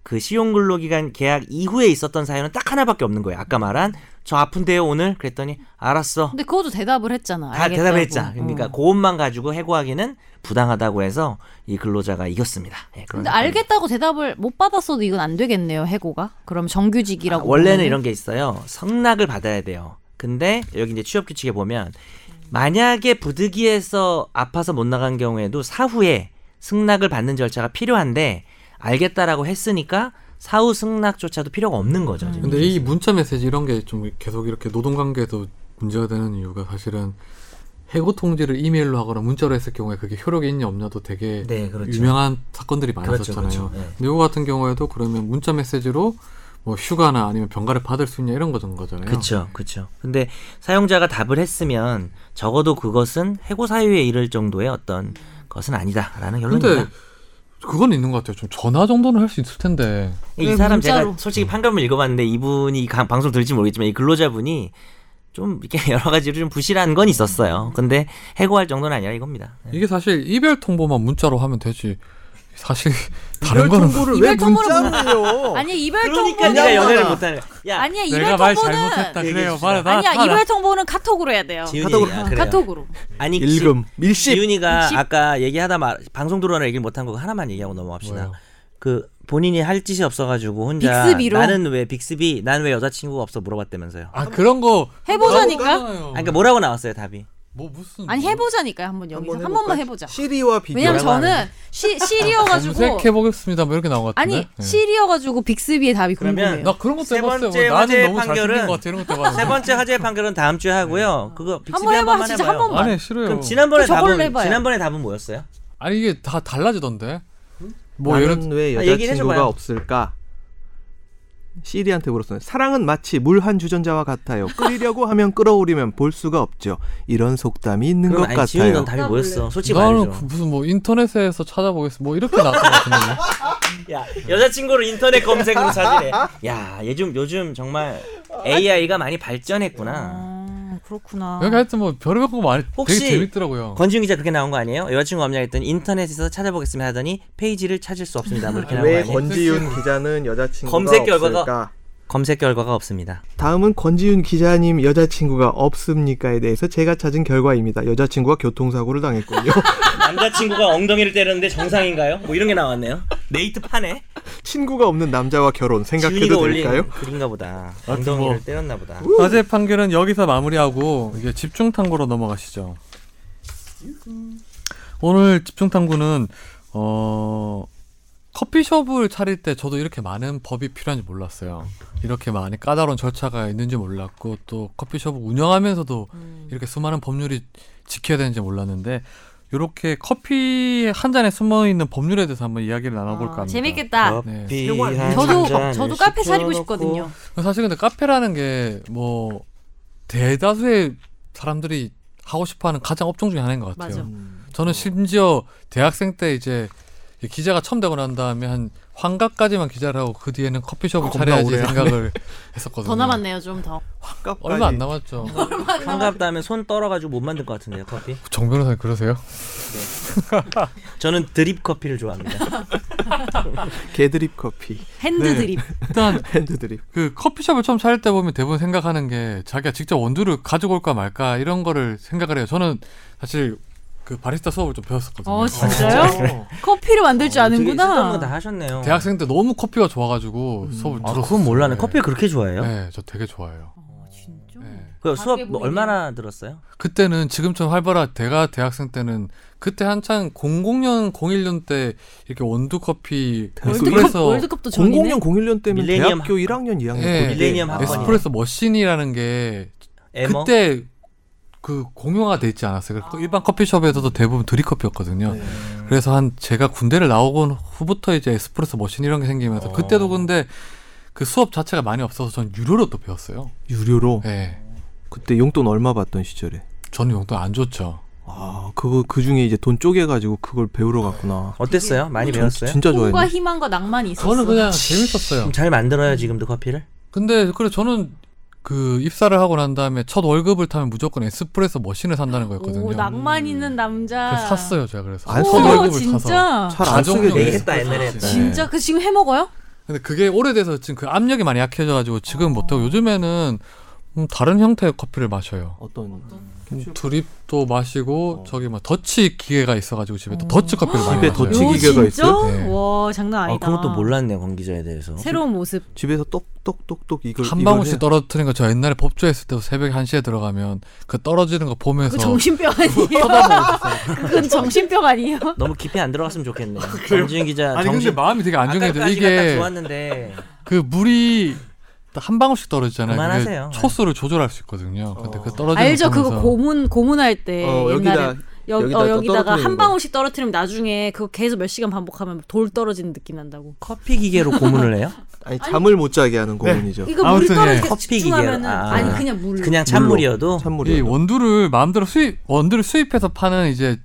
Speaker 4: 그 시용 근로기간 계약 이후에 있었던 사유는 딱 하나밖에 없는 거예요. 아까 말한 저 아픈데요 오늘 그랬더니 알았어.
Speaker 2: 근데 그것도 대답을 했잖아.
Speaker 4: 다
Speaker 2: 알겠다고.
Speaker 4: 대답했자. 그러니까
Speaker 2: 어.
Speaker 4: 그것만 가지고 해고하기는 부당하다고 해서 이 근로자가 이겼습니다. 예, 그런
Speaker 2: 근데
Speaker 4: 사건입니다.
Speaker 2: 알겠다고 대답을 못 받았어도 이건 안 되겠네요. 해고가. 그럼 정규직이라고.
Speaker 4: 아, 원래는
Speaker 2: 보면은?
Speaker 4: 이런 게 있어요. 승낙을 받아야 돼요. 근데 여기 이제 취업 규칙에 보면 만약에 부득이해서 아파서 못 나간 경우에도 사후에 승낙을 받는 절차가 필요한데 알겠다라고 했으니까 사후 승낙조차도 필요가 없는 거죠. 지금.
Speaker 1: 음. 근데 이 문자 메시지 이런 게 좀 계속 이렇게 노동 관계에서 문제가 되는 이유가 사실은 해고 통지를 이메일로 하거나 문자로 했을 경우에 그게 효력이 있냐 없냐도 되게
Speaker 4: 네, 그렇죠.
Speaker 1: 유명한 사건들이
Speaker 4: 그렇죠,
Speaker 1: 많았었잖아요.
Speaker 4: 그렇죠. 네.
Speaker 1: 근데 이거 같은 경우에도 그러면 문자 메시지로 뭐 휴가나 아니면 병가를 받을 수 있냐 이런 거던 거잖아요.
Speaker 4: 그렇죠, 그렇죠. 근데 사용자가 답을 했으면 적어도 그것은 해고 사유에 이를 정도의 어떤 것은 아니다라는
Speaker 1: 근데
Speaker 4: 결론입니다.
Speaker 1: 그건 있는 것 같아요. 좀 전화 정도는 할 수 있을 텐데.
Speaker 4: 이
Speaker 2: 왜
Speaker 4: 사람
Speaker 2: 문자로?
Speaker 4: 제가 솔직히 판결문 읽어봤는데 이분이 이 강- 방송 들을지 모르겠지만 이 근로자분이 좀 이렇게 여러 가지로 좀 부실한 건 있었어요. 근데 해고할 정도는 아니라 이겁니다. 네.
Speaker 1: 이게 사실 이별 통보만 문자로 하면 되지. 사실 다른
Speaker 3: 이별
Speaker 1: 거는 뭐
Speaker 3: 통보를
Speaker 2: 이별
Speaker 3: 왜
Speaker 2: 통보로
Speaker 3: 문자로 해요?
Speaker 2: 아니 이별
Speaker 4: 그러니까
Speaker 2: 통보는
Speaker 4: 네가 연애를 못하는. 야,
Speaker 2: 아니야 이별
Speaker 1: 내가 말 잘못했다
Speaker 2: 통보는
Speaker 1: 그래요.
Speaker 4: 얘기해주시다.
Speaker 1: 말해 나
Speaker 2: 아니야
Speaker 1: 알아.
Speaker 2: 이별 통보는 카톡으로 해야 돼요. 어,
Speaker 4: 지훈이
Speaker 3: 카톡으로.
Speaker 4: 얘기야. 그래요.
Speaker 2: 카톡으로.
Speaker 4: 아니 그
Speaker 3: 읽음
Speaker 4: 지,
Speaker 3: 밀씹
Speaker 4: 훈이가
Speaker 2: 일십.
Speaker 4: 아까 얘기하다 말 방송 들어오는 얘기를 못한 거 하나만 얘기하고 넘어갑시다.
Speaker 1: 뭐예요?
Speaker 4: 그 본인이 할 짓이 없어가지고 혼자
Speaker 2: 빅스비로?
Speaker 4: 나는 왜 빅스비 난 왜 여자친구가 없어 물어봤다면서요.
Speaker 1: 아 그런 거
Speaker 2: 해보자니까.
Speaker 1: 나오잖아요.
Speaker 4: 아, 그러니까 뭐라고 나왔어요 답이.
Speaker 1: 뭐 무슨
Speaker 4: 음.
Speaker 2: 아니 해보자니까요 한번 여기서 한 번만 해보자.
Speaker 3: 시리와 비교.
Speaker 2: 왜냐면
Speaker 4: 뭐라고
Speaker 2: 저는 시 시리여가지고
Speaker 1: 검색해 보겠습니다. 뭐 이렇게 나온 것 같은데.
Speaker 2: 아니
Speaker 1: 예.
Speaker 2: 시리여가지고 빅스비의 답이
Speaker 4: 그러면
Speaker 2: 궁금해요.
Speaker 1: 나 그런 것도
Speaker 4: 세
Speaker 1: 해봤어요.
Speaker 4: 번째
Speaker 1: 나는
Speaker 4: 화제의
Speaker 1: 너무 잘생긴
Speaker 4: 판결은
Speaker 1: 것 같아 이런 것도 해봤는데.
Speaker 4: 세 번째 화제 판결은 다음 주에 하고요. 그거 빅스비
Speaker 2: 한번
Speaker 4: 한
Speaker 2: 해봐,
Speaker 4: 번만
Speaker 2: 진짜
Speaker 4: 해봐요.
Speaker 2: 한 번만.
Speaker 1: 아니 네, 싫어요.
Speaker 4: 그럼 지난번에
Speaker 2: 저 저걸로
Speaker 4: 답은
Speaker 2: 해봐요.
Speaker 4: 지난번에 답은 뭐였어요?
Speaker 1: 아니 이게 다 달라지던데. 뭐
Speaker 3: 뭐
Speaker 1: 예를
Speaker 3: 나는 왜
Speaker 4: 아, 얘기를 해줘봐요.
Speaker 3: 여자친구가 없을까? 시리한테 물었어요. 사랑은 마치 물 한 주전자와 같아요. 끓이려고 하면 끓어오르면 볼 수가 없죠. 이런 속담이 있는
Speaker 4: 그럼
Speaker 3: 것
Speaker 4: 아니, 지훈이
Speaker 3: 같아요.
Speaker 4: 넌 답이 뭐였어? 솔직히
Speaker 1: 나는 그
Speaker 4: 말해줘.
Speaker 1: 무슨 뭐 인터넷에서 찾아보겠어. 뭐 이렇게 나왔던 것 같은데.
Speaker 4: 야 여자친구를 인터넷 검색으로 찾으래. 야 요즘 요즘 정말 AI가 많이 발전했구나.
Speaker 2: 아, 그렇구나.
Speaker 1: 여기 하여튼 뭐 별의별 거 많이
Speaker 4: 혹시-
Speaker 1: 되게 재밌더라고요.
Speaker 4: 권지훈 기자 그렇게 나온 거 아니에요? 여자친구 없냐 했더니 인터넷에서 찾아보겠습니다 하더니 페이지를 찾을 수 없습니다. 뭐 이렇게 나온 거
Speaker 3: 왜
Speaker 4: 아니에요?
Speaker 3: 권지윤 기자는 여자친구가
Speaker 4: 검색 결과가-
Speaker 3: 없을까?
Speaker 4: 검색 결과가 없습니다.
Speaker 3: 다음은 권지윤 기자님 여자친구가 없습니까에 대해서 제가 찾은 결과입니다. 여자친구가 교통사고를 당했군요.
Speaker 4: 남자친구가 엉덩이를 때렸는데 정상인가요? 뭐 이런 게 나왔네요. 네이트 판에
Speaker 3: 친구가 없는 남자와 결혼
Speaker 4: 지훈이가
Speaker 3: 생각해도
Speaker 4: 올린
Speaker 3: 될까요?
Speaker 4: 글인가 보다.
Speaker 1: 아무튼
Speaker 4: 엉덩이를
Speaker 1: 뭐.
Speaker 4: 때렸나 보다.
Speaker 1: 화제 판결은 여기서 마무리하고 이제 집중 탐구로 넘어가시죠. 오늘 집중 탐구는 어 커피숍을 차릴 때 저도 이렇게 많은 법이 필요한지 몰랐어요. 이렇게 많이 까다로운 절차가 있는지 몰랐고 또 커피숍을 운영하면서도
Speaker 2: 음.
Speaker 1: 이렇게 수많은 법률이 지켜야 되는지 몰랐는데 이렇게 커피 한 잔에 숨어 있는 법률에 대해서 한번 이야기를 나눠볼까
Speaker 2: 아,
Speaker 1: 합니다.
Speaker 2: 재밌겠다.
Speaker 1: 네.
Speaker 4: 한
Speaker 2: 저도
Speaker 4: 잔을
Speaker 2: 저도 카페 차리고
Speaker 4: 시켜놓고
Speaker 2: 싶거든요.
Speaker 1: 사실 근데 카페라는 게 뭐 대다수의 사람들이 하고 싶어하는 가장 업종 중에 하나인 것 같아요.
Speaker 2: 맞아.
Speaker 1: 저는 심지어 대학생 때 이제 기자가 처음 되고 난 다음에 한 환갑까지만 기자를 하고 그 뒤에는 커피숍을
Speaker 3: 겁나
Speaker 1: 차려야지
Speaker 3: 오래 하네.
Speaker 1: 생각을 했었거든요.
Speaker 2: 더 남았네요 좀 더.
Speaker 1: 얼마 안 남았죠.
Speaker 4: 환갑다 하면 손 떨어가지고 못 만들 것 같은데요 커피?
Speaker 1: 정 변호사님 그러세요?
Speaker 4: 저는 드립 커피를 좋아합니다.
Speaker 3: 개드립 커피,
Speaker 2: 핸드 드립.
Speaker 3: 네.
Speaker 1: 일단
Speaker 3: 핸드드립.
Speaker 1: 그 커피숍을 처음 차릴 때 보면 대부분 생각하는 게 자기가 직접 원두를 가져올까 말까 이런 거를 생각을 해요. 저는 사실 그 바리스타 수업을 좀 배웠었거든요.
Speaker 2: 어
Speaker 4: 아,
Speaker 2: 진짜요? 커피를 만들
Speaker 3: 어,
Speaker 2: 줄
Speaker 4: 쓰던 거다
Speaker 2: 아는구나.
Speaker 4: 하셨네요.
Speaker 1: 어. 대학생 때 너무 커피가 좋아가지고 수업을
Speaker 4: 아,
Speaker 1: 들었어요.
Speaker 4: 그건 몰랐네.
Speaker 1: 네.
Speaker 4: 커피를 그렇게 좋아해요?
Speaker 1: 네, 저 되게 좋아해요.
Speaker 2: 어, 진짜.
Speaker 1: 네.
Speaker 4: 그
Speaker 2: 다르게
Speaker 4: 수업 뭐
Speaker 2: 보이네요.
Speaker 4: 얼마나 들었어요?
Speaker 1: 그때는 지금처럼 활발한 대가 대학생 때는 그때 한창 00년, 01년 때 이렇게 원두 커피 그
Speaker 2: 그 월드컵
Speaker 1: 에스프레소
Speaker 2: 월드컵도 전이네.
Speaker 3: 00년 01년 때면
Speaker 4: 밀레니엄
Speaker 3: 대학교 1학년 2학년
Speaker 1: 예.
Speaker 3: 때
Speaker 4: 밀레니엄
Speaker 3: 아.
Speaker 4: 학번이네.
Speaker 1: 에스프레소 머신이라는 게
Speaker 4: 에머?
Speaker 1: 그때 그 공용화 돼 있지 않았어요. 그래서 일반 커피숍에서도 대부분 드립커피였거든요.
Speaker 3: 네.
Speaker 1: 그래서 한 제가 군대를 나오고 후부터 이제 에스프레소 머신 이런 게 생기면서
Speaker 4: 어.
Speaker 1: 그때도 근데 그 수업 자체가 많이 없어서 전 유료로 또 배웠어요.
Speaker 3: 유료로
Speaker 1: 예.
Speaker 3: 그때 용돈 얼마 받던 시절에
Speaker 1: 저는 용돈 안 줬죠.
Speaker 3: 아 그거 그 중에 이제 돈 쪼개가지고 그걸 배우러 갔구나
Speaker 4: 어땠어요? 많이
Speaker 3: 전
Speaker 4: 배웠어요? 음,
Speaker 3: 진짜
Speaker 2: 꿈과
Speaker 3: 좋아했네
Speaker 2: 희망과 낭만이 있었어.
Speaker 1: 저는 그냥 재밌었어요.
Speaker 4: 잘 만들어요 지금도 커피를?
Speaker 1: 근데 그래 저는 그 입사를 하고 난 다음에 첫 월급을 타면 무조건 에스프레소 머신을 산다는 거였거든요.
Speaker 2: 오 낭만 있는 남자.
Speaker 1: 그래서 샀어요 제가 그래서
Speaker 3: 안
Speaker 1: 첫
Speaker 3: 써요?
Speaker 2: 음. 오
Speaker 1: 월급을 타서
Speaker 2: 진짜.
Speaker 3: 잘 안 쓰게
Speaker 1: 가정용
Speaker 4: 돼.
Speaker 3: 돼
Speaker 4: 했다, 옛날에
Speaker 1: 머신.
Speaker 4: 했다.
Speaker 1: 네.
Speaker 2: 진짜 그 지금 해 먹어요?
Speaker 1: 근데 그게 오래돼서 지금 그 압력이 많이 약해져가지고 지금
Speaker 2: 아.
Speaker 1: 못하고 요즘에는 음, 다른 형태의 커피를 마셔요. 음,
Speaker 3: 어떤
Speaker 1: 네. 드립도 마시고 저기 막 더치 기계가 있어가지고 어. 집에 또 더치 커피를 많이
Speaker 3: 집에
Speaker 1: 마셔요.
Speaker 3: 더치
Speaker 2: 오,
Speaker 3: 기계가
Speaker 2: 진짜?
Speaker 3: 그 있어요?
Speaker 1: 네.
Speaker 2: 와 장난
Speaker 4: 아
Speaker 2: 아니다.
Speaker 4: 그것도 몰랐네 권 기자에 대해서.
Speaker 2: 새로운 모습.
Speaker 3: 집에서 똑똑똑똑 이걸
Speaker 1: 한
Speaker 3: 이걸
Speaker 1: 방울씩
Speaker 3: 해요.
Speaker 1: 떨어뜨리는 거 저 옛날에 법조 했을 때 새벽 1시에 들어가면 그 떨어지는 거 보면서
Speaker 2: 그 정신병 아니에요? 그건 정신병 아니에요?
Speaker 4: 너무 깊이 안 들어갔으면 좋겠네. 권지윤 기자
Speaker 1: 아, 아니
Speaker 4: 정신
Speaker 1: 근데 마음이 되게 안정해져
Speaker 4: 아까까지가 딱
Speaker 1: 이게
Speaker 4: 좋았는데
Speaker 1: 그 물이 한 방울씩 떨어지잖아요. 근데
Speaker 4: 그만하세요.
Speaker 1: 초수를 조절할 수 있거든요. 근데 그 떨어지는
Speaker 2: 알죠?
Speaker 1: 거
Speaker 2: 그거
Speaker 1: 보면서
Speaker 2: 고문 고문할 때
Speaker 3: 어,
Speaker 2: 옛날에
Speaker 3: 여기다
Speaker 2: 여,
Speaker 3: 여기다 또
Speaker 2: 여기다가 한
Speaker 3: 떨어뜨리는
Speaker 2: 방울씩 떨어뜨리면 나중에 그거 계속 몇 시간 반복하면 돌 떨어지는 느낌 난다고.
Speaker 4: 커피 기계로 고문을 해요?
Speaker 3: 아니 잠을 못 자게
Speaker 1: 네.
Speaker 3: 하는 고문이죠
Speaker 2: 이거 물이
Speaker 1: 아무튼,
Speaker 2: 떨어질
Speaker 1: 예.
Speaker 2: 때
Speaker 4: 커피 기계로.
Speaker 2: 집중하면은
Speaker 4: 아.
Speaker 2: 아니 그냥 물.
Speaker 4: 그냥 찬물이어도
Speaker 1: 이
Speaker 3: 찬물이
Speaker 1: 원두를 마음대로 수입 원두를 수입해서 파는 이제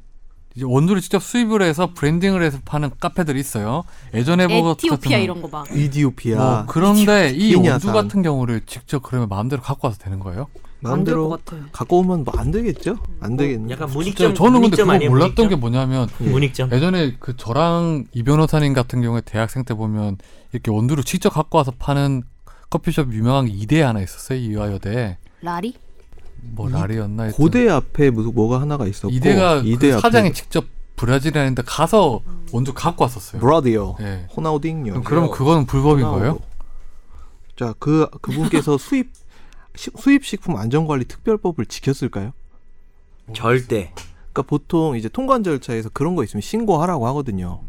Speaker 1: 이제 원두를 직접 수입을 해서 브랜딩을 해서 파는 카페들이 있어요. 예전에 보고
Speaker 2: 에티오피아 이런 거 봐.
Speaker 3: 이디오피아
Speaker 1: 뭐 그런데 이 원두
Speaker 3: 케냐산.
Speaker 1: 같은 경우를 직접 그러면 마음대로 갖고 와서 되는 거예요?
Speaker 2: 안될
Speaker 3: 마음대로
Speaker 2: 것 같아.
Speaker 3: 갖고 오면 뭐 안 되겠죠? 안 되겠네.
Speaker 4: 약간
Speaker 1: 진짜
Speaker 4: 문익점
Speaker 1: 저는 근데
Speaker 4: 문익점
Speaker 1: 그거
Speaker 4: 아니에요?
Speaker 1: 몰랐던
Speaker 4: 문익점?
Speaker 1: 게 뭐냐면
Speaker 4: 문익점.
Speaker 1: 예전에 그 저랑 이 변호사님 같은 경우에 대학생 때 보면 이렇게 원두를 직접 갖고 와서 파는 커피숍 유명한 게 이대 하나 있었어요 이화여대
Speaker 2: 라리?
Speaker 1: 뭐
Speaker 3: 이-
Speaker 1: 라리였나 하여튼.
Speaker 3: 고대 앞에 무슨 뭐가 하나가 있었고
Speaker 1: 이대가 그
Speaker 3: 이대
Speaker 1: 사장이 직접 브라질이라는데 가서 원두 갖고 왔었어요.
Speaker 3: 브라디오
Speaker 1: 예.
Speaker 3: 호나우딩요. 뭐
Speaker 1: 그럼 그럼 그건 불법인 거예요?
Speaker 3: 자그 그분께서 수입 시- 수입 식품 안전관리 특별법을 지켰을까요?
Speaker 4: 절대.
Speaker 3: 그러니까 보통 이제 통관 절차에서 그런 거 있으면 신고하라고 하거든요.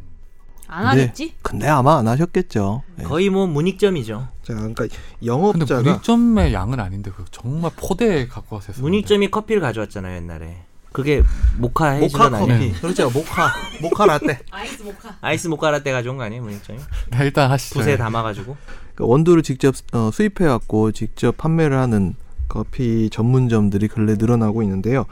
Speaker 2: 안
Speaker 3: 네.
Speaker 2: 하겠지?
Speaker 3: 근데 아마 안 하셨겠죠.
Speaker 1: 네.
Speaker 3: 예.
Speaker 4: 거의 뭐 문익점이죠.
Speaker 3: 자, 그러니까
Speaker 1: 근데
Speaker 3: 영업자가
Speaker 1: 문익점의 양은 아닌데 그 정말 포대에 갖고 와서 했었는데.
Speaker 4: 문익점이 커피를 가져왔잖아요 옛날에. 그게 모카 해주던
Speaker 3: 모카
Speaker 4: 아니에요?
Speaker 1: 네.
Speaker 3: 커피, 그렇죠. 모카, 모카 라떼.
Speaker 2: 아이스 모카.
Speaker 4: 아이스 모카라떼 가져온 거 아니에요 문익점이?
Speaker 1: 네, 일단 하시죠.
Speaker 4: 붓에 담아가지고.
Speaker 3: 그러니까 원두를 직접 어, 수입해 왔고 직접 판매를 하는 커피 전문점들이 근래 늘어나고 있는데요.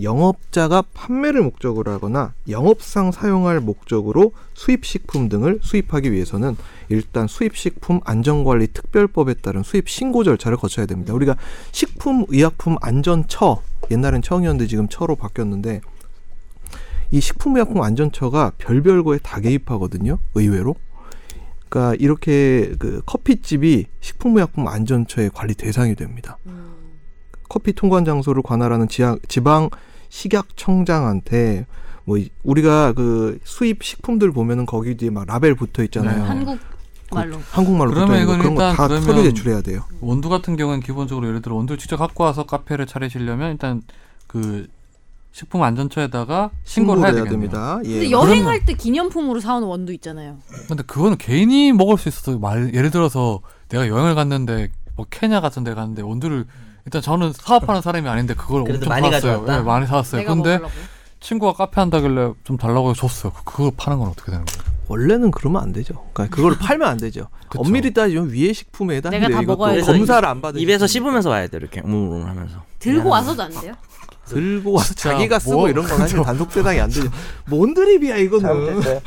Speaker 3: 영업자가 판매를 목적으로 하거나 영업상 사용할 목적으로 수입식품 등을 수입하기 위해서는 일단 수입식품 안전관리 특별법에 따른 수입 신고 절차를 거쳐야 됩니다. 우리가 식품의약품 안전처 옛날엔 청이었는데 지금 처로 바뀌었는데 이 식품의약품 안전처가 별별 거에 다 개입하거든요. 의외로. 그러니까 이렇게 그 커피집이 식품의약품 안전처의 관리 대상이 됩니다.
Speaker 2: 음.
Speaker 3: 커피 통관 장소를 관할하는 지하, 지방 식약청장한테 뭐 이- 우리가 그 수입 식품들 보면은 거기 뒤에 막 라벨 붙어 있잖아요.
Speaker 1: 네.
Speaker 2: 한국
Speaker 4: 그
Speaker 2: 말로.
Speaker 3: 한국말로
Speaker 1: 그러면
Speaker 3: 붙어 있는 거
Speaker 1: 이건
Speaker 3: 그런 거
Speaker 1: 일단
Speaker 3: 다
Speaker 1: 그러면-
Speaker 3: 서류 제출해야 돼요.
Speaker 1: 원두 같은 경우는 기본적으로 예를 들어 원두를 직접 갖고 와서 카페를 차리시려면 일단 그 식품 안전처에다가 신고를 해야 되겠네요.
Speaker 3: 됩니다. 예.
Speaker 2: 근데
Speaker 1: 그러면-
Speaker 2: 여행할 때 기념품으로 사온 원두 있잖아요.
Speaker 1: 근데 그거는 개인이 먹을 수 있어서 말 예를 들어서 내가 여행을 갔는데 뭐 케냐 같은 데 갔는데 원두를 일단 저는 사업하는 사람이 아닌데 그걸
Speaker 4: 음. 그래도
Speaker 1: 엄청
Speaker 4: 많이
Speaker 1: 사왔어요.
Speaker 4: 가져왔다?
Speaker 1: 예, 많이 사왔어요.
Speaker 2: 내가
Speaker 1: 근데
Speaker 2: 먹으려고.
Speaker 1: 친구가 카페 한다길래 좀 달라고 해서 줬어요. 그- 그거 파는 건 어떻게 되는 거예요?
Speaker 3: 원래는 그러면 안 되죠. 그러니까 그걸 팔면 안 되죠.
Speaker 1: 그쵸.
Speaker 3: 엄밀히 따지면 위해 식품에 해당돼요.
Speaker 2: 내가 다
Speaker 3: 이것도
Speaker 2: 먹어야
Speaker 4: 돼서
Speaker 3: 검사를 안 받은
Speaker 4: 입에서
Speaker 3: 식품.
Speaker 4: 씹으면서 와야 돼 이렇게 우물우물 하면서.
Speaker 2: 들고 와서도 안 돼요?
Speaker 3: 들고 와서
Speaker 1: 진짜
Speaker 3: 자기가 쓰고
Speaker 1: 뭐-
Speaker 3: 이런 건 사실 단독 대상이 안 되죠. 뭔 드립이야 이거는.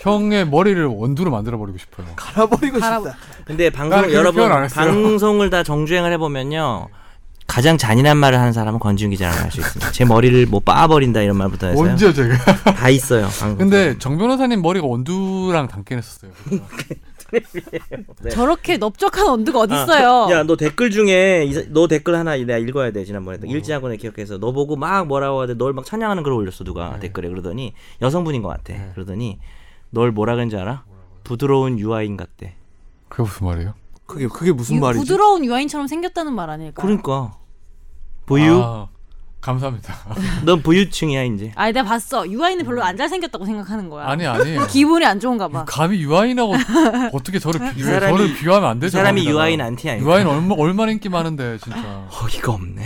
Speaker 1: 형의 머리를 원두로 만들어 버리고 싶어요.
Speaker 3: 갈아버리고
Speaker 2: 갈아-
Speaker 3: 싶다.
Speaker 4: 근데
Speaker 1: 나는
Speaker 4: 방송
Speaker 1: 그렇게
Speaker 4: 여러분
Speaker 1: 표현 안 했어요.
Speaker 4: 방송을 다 정주행을 해보면요 가장 잔인한 말을 하는 사람은 권지훈 기자라고 할 수 있습니다. 제 머리를 뭐 빠버린다 이런 말부터 해서요.
Speaker 1: 언제 제가?
Speaker 4: 다 있어요. 방송.
Speaker 1: 근데 정 변호사님 머리가 원두랑 닮긴 했었어요.
Speaker 4: 네.
Speaker 2: 저렇게 넓적한 원두가 어딨어요?
Speaker 4: 야 너 댓글 중에 이 사- 너 댓글 하나 내가 읽어야 돼 지난번에 일지학원에 기억해서 너 보고 막 뭐라고 하는데 널 막 찬양하는 글 올렸어 누가 댓글에 그러더니 여성분인 것 같아. 그러더니 널 뭐라 그런지 알아? 부드러운 유아인 같대.
Speaker 1: 그게 무슨 말이에요?
Speaker 3: 그게 그게 무슨
Speaker 2: 유-
Speaker 3: 말이지?
Speaker 2: 부드러운 유아인처럼 생겼다는 말 아닐까?
Speaker 4: 그러니까 부유?
Speaker 1: 아,
Speaker 4: 아.
Speaker 1: 감사합니다.
Speaker 4: 넌 부유층이야 이제.
Speaker 2: 아니 내가 봤어. 유아인은 별로 안 잘생겼다고 생각하는 거야.
Speaker 1: 아니 아니에요.
Speaker 2: 기분이 안 좋은가 봐.
Speaker 1: 감히 유아인하고 어떻게 저를 비교해?
Speaker 4: 그 사람이-
Speaker 1: 저를 비교하면 안
Speaker 4: 이
Speaker 1: 되죠.
Speaker 4: 사람이
Speaker 1: 거기다가.
Speaker 4: 유아인 안티 아니야?
Speaker 1: 유아인 얼마 얼마나 인기 많은데
Speaker 3: 아,
Speaker 1: 진짜.
Speaker 4: 어이가 없네.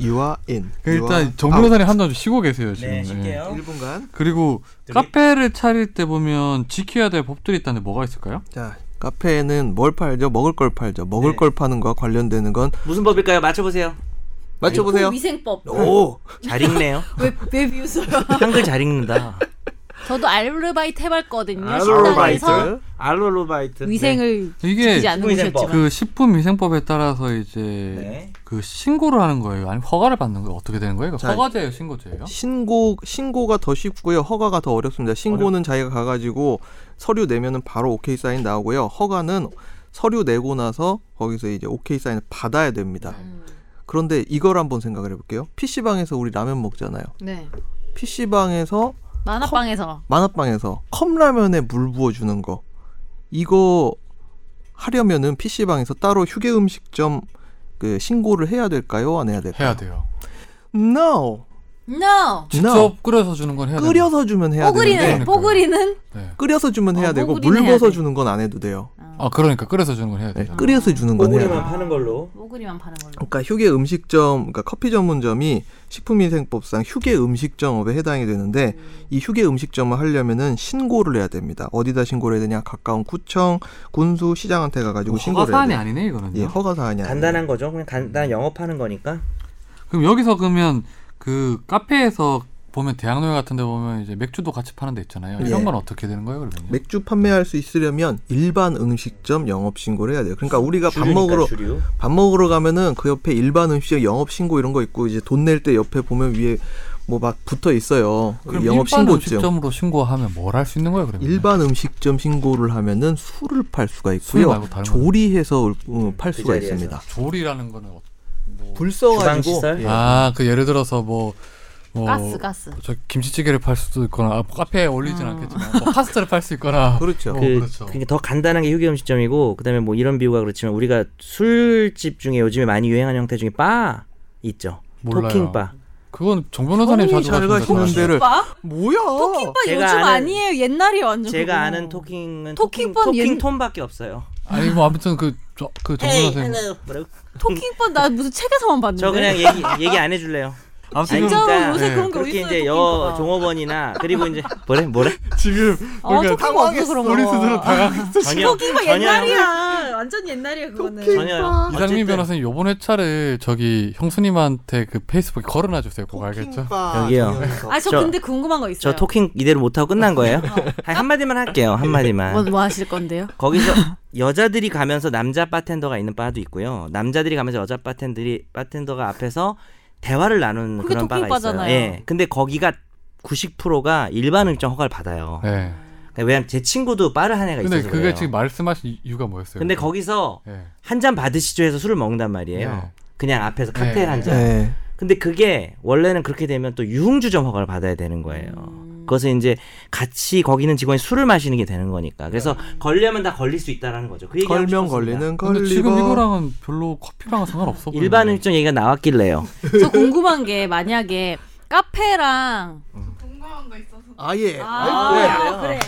Speaker 3: 유아인.
Speaker 1: 그 일단 정 변호사님 한잔 좀 쉬고 계세요 지금. 예.
Speaker 4: 네.
Speaker 3: 아, 1분간.
Speaker 1: 그리고
Speaker 4: 드립.
Speaker 1: 카페를 차릴 때 보면 지켜야 될 법들이 있다는데 뭐가 있을까요?
Speaker 3: 자 카페에는 뭘 팔죠? 먹을 걸 팔죠. 먹을
Speaker 4: 네.
Speaker 3: 걸 파는 거와 관련되는 건
Speaker 4: 무슨 법일까요? 맞춰보세요.
Speaker 2: 아,
Speaker 3: 맞춰보세요.
Speaker 2: 위생법.
Speaker 3: 오.
Speaker 4: 잘 읽네요.
Speaker 2: 왜, 왜 비웃어요?
Speaker 4: 한글 잘 읽는다.
Speaker 2: 저도 알바이트 해봤거든요. 식당에서
Speaker 4: 알로로바이트. 네.
Speaker 2: 위생을
Speaker 1: 이게
Speaker 2: 지키지 않는
Speaker 4: 위생법.
Speaker 2: 곳이었지만.
Speaker 1: 그 식품위생법에 따라서 이제
Speaker 4: 네.
Speaker 1: 그 신고를 하는 거예요. 아니면 허가를 받는 거예요. 어떻게 되는 거예요? 이거
Speaker 3: 자,
Speaker 1: 허가제예요, 신고제예요?
Speaker 3: 신고 신고가 더 쉽고요. 허가가 더 어렵습니다. 신고는 자기가 가가지고 서류 내면은 바로 오케이 사인 나오고요. 허가는 서류 내고 나서 거기서 이제 오케이 사인을 받아야 됩니다.
Speaker 1: 음.
Speaker 3: 그런데 이걸 한번 생각을 해볼게요. PC방에서 우리 라면 먹잖아요.
Speaker 2: 네.
Speaker 3: PC방에서
Speaker 2: 만화방에서.
Speaker 3: 만화방에서 컵라면에 물 부어주는 거 이거 하려면은 PC방에서 따로 휴게 음식점 그 신고를 해야 될까요? 안 해야 될까요?
Speaker 1: 해야 돼요.
Speaker 3: No.
Speaker 2: No!
Speaker 1: 직접
Speaker 3: No.
Speaker 1: 끓여서 주는 건 해야 돼요.
Speaker 3: 끓여서 주면
Speaker 2: 어,
Speaker 3: 해야
Speaker 1: 되는데.
Speaker 2: 뽀글이는,
Speaker 3: 되는데
Speaker 2: 뽀글이는?
Speaker 1: 네.
Speaker 3: 끓여서 주면 해야
Speaker 2: 어,
Speaker 3: 되고
Speaker 2: 뽀글이는
Speaker 3: 물
Speaker 2: 해야
Speaker 3: 부어서
Speaker 2: 돼.
Speaker 3: 주는 건 안 해도 돼요.
Speaker 1: 아 그러니까 끓여서 주는 건 해야
Speaker 3: 네,
Speaker 1: 돼요.
Speaker 3: 끓여서 주는
Speaker 4: 어,
Speaker 3: 건 해야 돼요.
Speaker 4: 파는 걸로.
Speaker 2: 뽀글이만 파는 걸로.
Speaker 3: 그러니까 휴게 음식점, 그러니까 커피 전문점이 식품위생법상 휴게 음식점업에 해당이 되는데 이 휴게 음식점을 하려면은 신고를 해야 됩니다. 어디다 신고를 해야 되냐? 가까운 구청, 군수, 시장한테 가가지고 신고를 해야
Speaker 1: 어, 허가사안이
Speaker 3: 돼요.
Speaker 1: 아니네 이거는.
Speaker 3: 예,
Speaker 1: 요
Speaker 3: 허가 사안이 아니에요.
Speaker 4: 간단한 거죠. 그냥 간단 영업하는 거니까.
Speaker 1: 그럼 여기서 그러면 그 카페에서 보면 대학로에 같은 데 보면 이제 맥주도 같이 파는 데 있잖아요. 이런
Speaker 3: 예.
Speaker 1: 건 어떻게 되는 거예요, 그러면?
Speaker 3: 맥주 판매할 수 있으려면 일반 음식점 영업 신고를 해야 돼요. 그러니까 우리가 밥
Speaker 4: 주류니까,
Speaker 3: 먹으러
Speaker 4: 주류.
Speaker 3: 밥 먹으러 가면은 그 옆에 일반 음식점 영업 신고 이런 거 있고 이제 돈 낼 때 옆에 보면 위에 뭐 막 붙어 있어요.
Speaker 1: 그럼
Speaker 3: 영업
Speaker 1: 일반
Speaker 3: 신고증.
Speaker 1: 음식점으로 신고하면 뭘 할 수 있는 거예요, 그러면?
Speaker 3: 일반 음식점 신고를 하면은 술을 팔 수가
Speaker 1: 술
Speaker 3: 있고요.
Speaker 1: 말고 다른 거.
Speaker 3: 조리해서 음, 팔 수가
Speaker 4: 네, 그 자리에서.
Speaker 3: 있습니다.
Speaker 1: 조리라는 거는 어- 뭐
Speaker 3: 불 써가지고
Speaker 4: 주방시설?
Speaker 3: 예.
Speaker 1: 아, 그 예를 들어서 뭐, 뭐
Speaker 2: 가스 가스.
Speaker 1: 저 김치찌개를 팔 수도 있거나 아, 카페에 어울리진
Speaker 2: 음.
Speaker 1: 않겠지만 뭐 파스타를 팔 수 있거나
Speaker 3: 그렇죠.
Speaker 1: 어,
Speaker 4: 그,
Speaker 1: 그렇죠.
Speaker 4: 그러니까 더 간단한 게 휴게 음식점이고 그다음에 뭐 이런 비유가 그렇지만 우리가 술집 중에 요즘에 많이 유행하는 형태 중에 바 있죠.
Speaker 1: 몰라요.
Speaker 4: 토킹 바.
Speaker 1: 그건 정 변호사님
Speaker 3: 형이
Speaker 1: 자주
Speaker 3: 잘 가시는
Speaker 1: 가시는 데를
Speaker 3: 데를
Speaker 2: 오빠?
Speaker 3: 뭐야?
Speaker 2: 오빠 요즘
Speaker 4: 제가 아는-
Speaker 2: 아니에요. 옛날이 완전.
Speaker 4: 제가
Speaker 2: 그거.
Speaker 4: 아는 토킹은
Speaker 2: 토킹
Speaker 4: 토킹
Speaker 2: 바
Speaker 4: 토킹
Speaker 2: 옛-
Speaker 4: 톤밖에 없어요.
Speaker 1: 아니 뭐 아무튼 그저그정
Speaker 4: 에이,
Speaker 1: 변호사님
Speaker 4: hello. 뭐라고?
Speaker 2: 토킹법 나 무슨 책에서만 봤는데.
Speaker 4: 저 그냥 얘기 얘기 안 해줄래요.
Speaker 1: 아무튼
Speaker 4: 진짜?
Speaker 2: 진짜로
Speaker 4: 그러니까,
Speaker 2: 요새
Speaker 1: 예.
Speaker 2: 네. 그런 게 어디
Speaker 4: 그렇게
Speaker 2: 있어요?
Speaker 4: 이제 여 종업원이나 그리고 이제 뭐래 뭐래
Speaker 1: 지금
Speaker 2: 어,
Speaker 1: 그러니까
Speaker 2: 토킹 어디서 그런 거.
Speaker 1: 우리 스스로 당황했어.
Speaker 4: 전혀
Speaker 2: 토킹법
Speaker 4: 전혀요.
Speaker 2: 옛날이야. 완전 옛날이야 그거는.
Speaker 4: 전혀요.
Speaker 1: 이상민
Speaker 4: 아, 어쨌든
Speaker 1: 변호사님 요번 회차를 저기 형수님한테 그 페이스북에 걸어놔 주세요. 그거 알겠죠?
Speaker 4: 여기요.
Speaker 3: 네.
Speaker 2: 아 저
Speaker 4: 저-
Speaker 2: 근데 궁금한 거 있어요.
Speaker 4: 저 토킹 이대로 못 하고 끝난 거예요. 한, 한 마디만 할게요. 한 마디만.
Speaker 2: 뭐, 뭐 하실 건데요?
Speaker 4: 거기서 여자들이 가면서 남자 바텐더가 있는 바도 있고요. 남자들이 가면서 여자 바텐들이 바텐더가 앞에서 대화를 나누는
Speaker 2: 그게
Speaker 4: 그런 바가
Speaker 2: 토킹바잖아요.
Speaker 4: 있어요. 예. 근데 거기가 90%가 일반 음식 허가를 받아요.
Speaker 1: 네.
Speaker 4: 그러니까 왜냐면 제 친구도 바를 한 애가
Speaker 1: 근데
Speaker 4: 있어서
Speaker 1: 그게
Speaker 4: 그래요.
Speaker 1: 지금 말씀하신 이유가 뭐였어요?
Speaker 4: 근데 거기서
Speaker 1: 예.
Speaker 4: 한 잔 받으시죠 해서 술을 먹는단 말이에요.
Speaker 1: 네.
Speaker 4: 그냥 앞에서
Speaker 1: 네.
Speaker 4: 칵테일 한 잔.
Speaker 3: 네.
Speaker 4: 근데 그게 원래는 그렇게 되면 또 유흥주점 허가를 받아야 되는 거예요.
Speaker 2: 음.
Speaker 4: 그것은 이제 같이 거기는 직원이 술을 마시는 게 되는 거니까. 그래서
Speaker 2: 음.
Speaker 4: 걸려면 다 걸릴 수 있다라는 거죠. 그 얘기하고
Speaker 3: 걸면
Speaker 4: 싶었습니다.
Speaker 3: 걸리는
Speaker 1: 근데
Speaker 3: 걸리고
Speaker 1: 지금 이거랑은 별로 커피랑은 상관없어 보이는데.
Speaker 4: 일반 음식 얘기가 나왔길래요.
Speaker 2: 저 궁금한 게 만약에 카페랑
Speaker 3: 아예
Speaker 2: 아, 그래.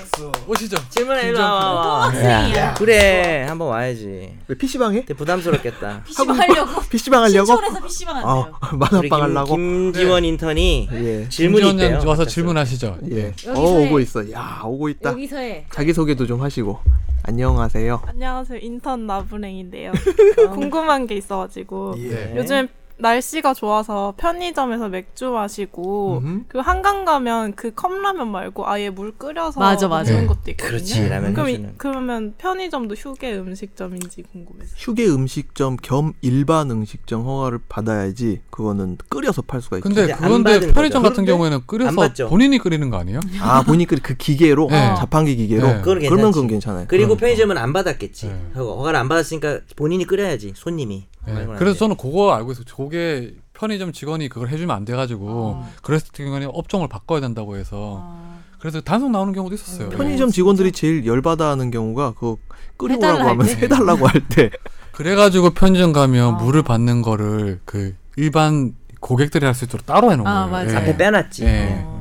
Speaker 1: 오시죠.
Speaker 4: 질문해 봐.
Speaker 2: 학생이야.
Speaker 4: 그래 한번 와야지.
Speaker 3: 왜 PC방에?
Speaker 4: 근데 부담스럽겠다.
Speaker 2: PC방 하려고
Speaker 3: PC방 하려고?
Speaker 2: 신촌에서 PC방 안 돼요.
Speaker 3: 아,
Speaker 4: 우리
Speaker 3: 만화방
Speaker 4: 김,
Speaker 3: 하려고?
Speaker 4: 김지원 인턴이
Speaker 3: 예.
Speaker 4: 질문이
Speaker 1: 김지원
Speaker 4: 있대요. 네,
Speaker 1: 님 와서 질문하시죠.
Speaker 3: 예.
Speaker 2: 여기서
Speaker 3: 어,
Speaker 2: 해.
Speaker 3: 오고 있어. 야, 오고 있다.
Speaker 2: 여기서 해.
Speaker 3: 자기소개도 좀 하시고. 안녕하세요.
Speaker 5: 안녕하세요. 인턴 나부랭인데요. 궁금한 게 있어가지고
Speaker 4: 네.
Speaker 1: 예.
Speaker 5: 요즘 날씨가 좋아서 편의점에서 맥주 마시고
Speaker 3: 음.
Speaker 5: 그 한강 가면 그 컵라면 말고 아예 물 끓여서
Speaker 2: 맞아, 맞아.
Speaker 5: 먹는 것도 있거든요.
Speaker 4: 네. 그렇지 라면
Speaker 5: 그럼
Speaker 4: 해주는.
Speaker 5: 이, 그러면 편의점도 휴게 음식점인지 궁금해서.
Speaker 3: 휴게 음식점 겸 일반 음식점 허가를 받아야지 그거는 끓여서 팔 수가 있죠.
Speaker 1: 근데
Speaker 4: 근데 안
Speaker 1: 그런데
Speaker 4: 받은
Speaker 1: 편의점
Speaker 4: 거죠.
Speaker 1: 같은
Speaker 4: 그런데
Speaker 1: 경우에는
Speaker 4: 안
Speaker 1: 끓여서
Speaker 4: 받죠.
Speaker 1: 본인이 끓이는 거 아니에요?
Speaker 3: 아, 보니까 그 기계로
Speaker 1: 네.
Speaker 3: 자판기 기계로
Speaker 1: 네.
Speaker 4: 그건
Speaker 3: 그러면
Speaker 4: 괜찮지.
Speaker 3: 그건 괜찮아요.
Speaker 4: 그리고
Speaker 1: 그러니까.
Speaker 4: 편의점은 안 받았겠지.
Speaker 1: 네.
Speaker 4: 허가- 허가를 안 받았으니까 본인이 끓여야지 네. 손님이.
Speaker 1: 예.
Speaker 4: 말고는 안
Speaker 1: 그래서
Speaker 4: 돼.
Speaker 1: 저는 그거 알고 있어요. 저게 편의점 직원이 그걸 해주면 안 돼가지고
Speaker 4: 아.
Speaker 1: 그랬을 경우에는 업종을 바꿔야 된다고 해서 그래서 단속 나오는 경우도 있었어요. 네.
Speaker 3: 편의점 직원들이 제일 열받아 하는 경우가 그거 끓이라고
Speaker 2: 해달라 할
Speaker 3: 하면서
Speaker 2: 때.
Speaker 3: 해달라고 할 때.
Speaker 1: 그래가지고 편의점 가면
Speaker 2: 아.
Speaker 1: 물을 받는 거를 그 일반 고객들이 할 수 있도록 따로 해놓은 거예요.
Speaker 2: 아, 맞아요.
Speaker 1: 예.
Speaker 4: 앞에 빼놨지. 어.
Speaker 1: 예.
Speaker 2: 어.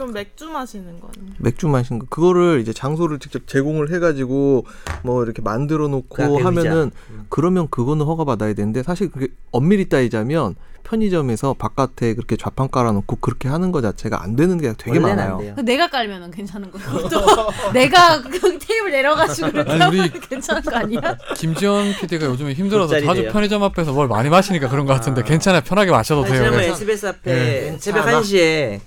Speaker 5: 그럼 맥주 마시는 거는?
Speaker 3: 맥주 마신 거 그거를 이제 장소를 직접 제공을 해가지고 뭐 이렇게 만들어
Speaker 4: 그
Speaker 3: 놓고
Speaker 4: 앞에
Speaker 3: 하면은
Speaker 4: 음.
Speaker 3: 그러면 그거는 허가 받아야 되는데 사실 그게 엄밀히 따지자면 편의점에서 바깥에 그렇게 좌판 깔아놓고 그렇게 하는 거 자체가 안 되는 게 되게
Speaker 4: 원래는 안
Speaker 3: 많아요.
Speaker 4: 돼요.
Speaker 2: 그 내가 깔면은 괜찮은 거야. 또 내가 그 테이블 내려가지고 이렇게
Speaker 1: 아니, 우리-
Speaker 2: 하면 괜찮은 거 아니야?
Speaker 1: 김지원 PD가 요즘에 힘들어서
Speaker 4: 돗자리
Speaker 1: 자주
Speaker 4: 돼요.
Speaker 1: 편의점 앞에서 뭘 많이 마시니까 그런 것 같은데
Speaker 4: 아.
Speaker 1: 괜찮아요. 편하게 마셔도
Speaker 4: 아니,
Speaker 1: 돼요.
Speaker 4: 지난번
Speaker 1: 그래서
Speaker 4: SBS 앞에
Speaker 1: 예.
Speaker 4: 새벽
Speaker 3: 괜찮아.
Speaker 4: 1시에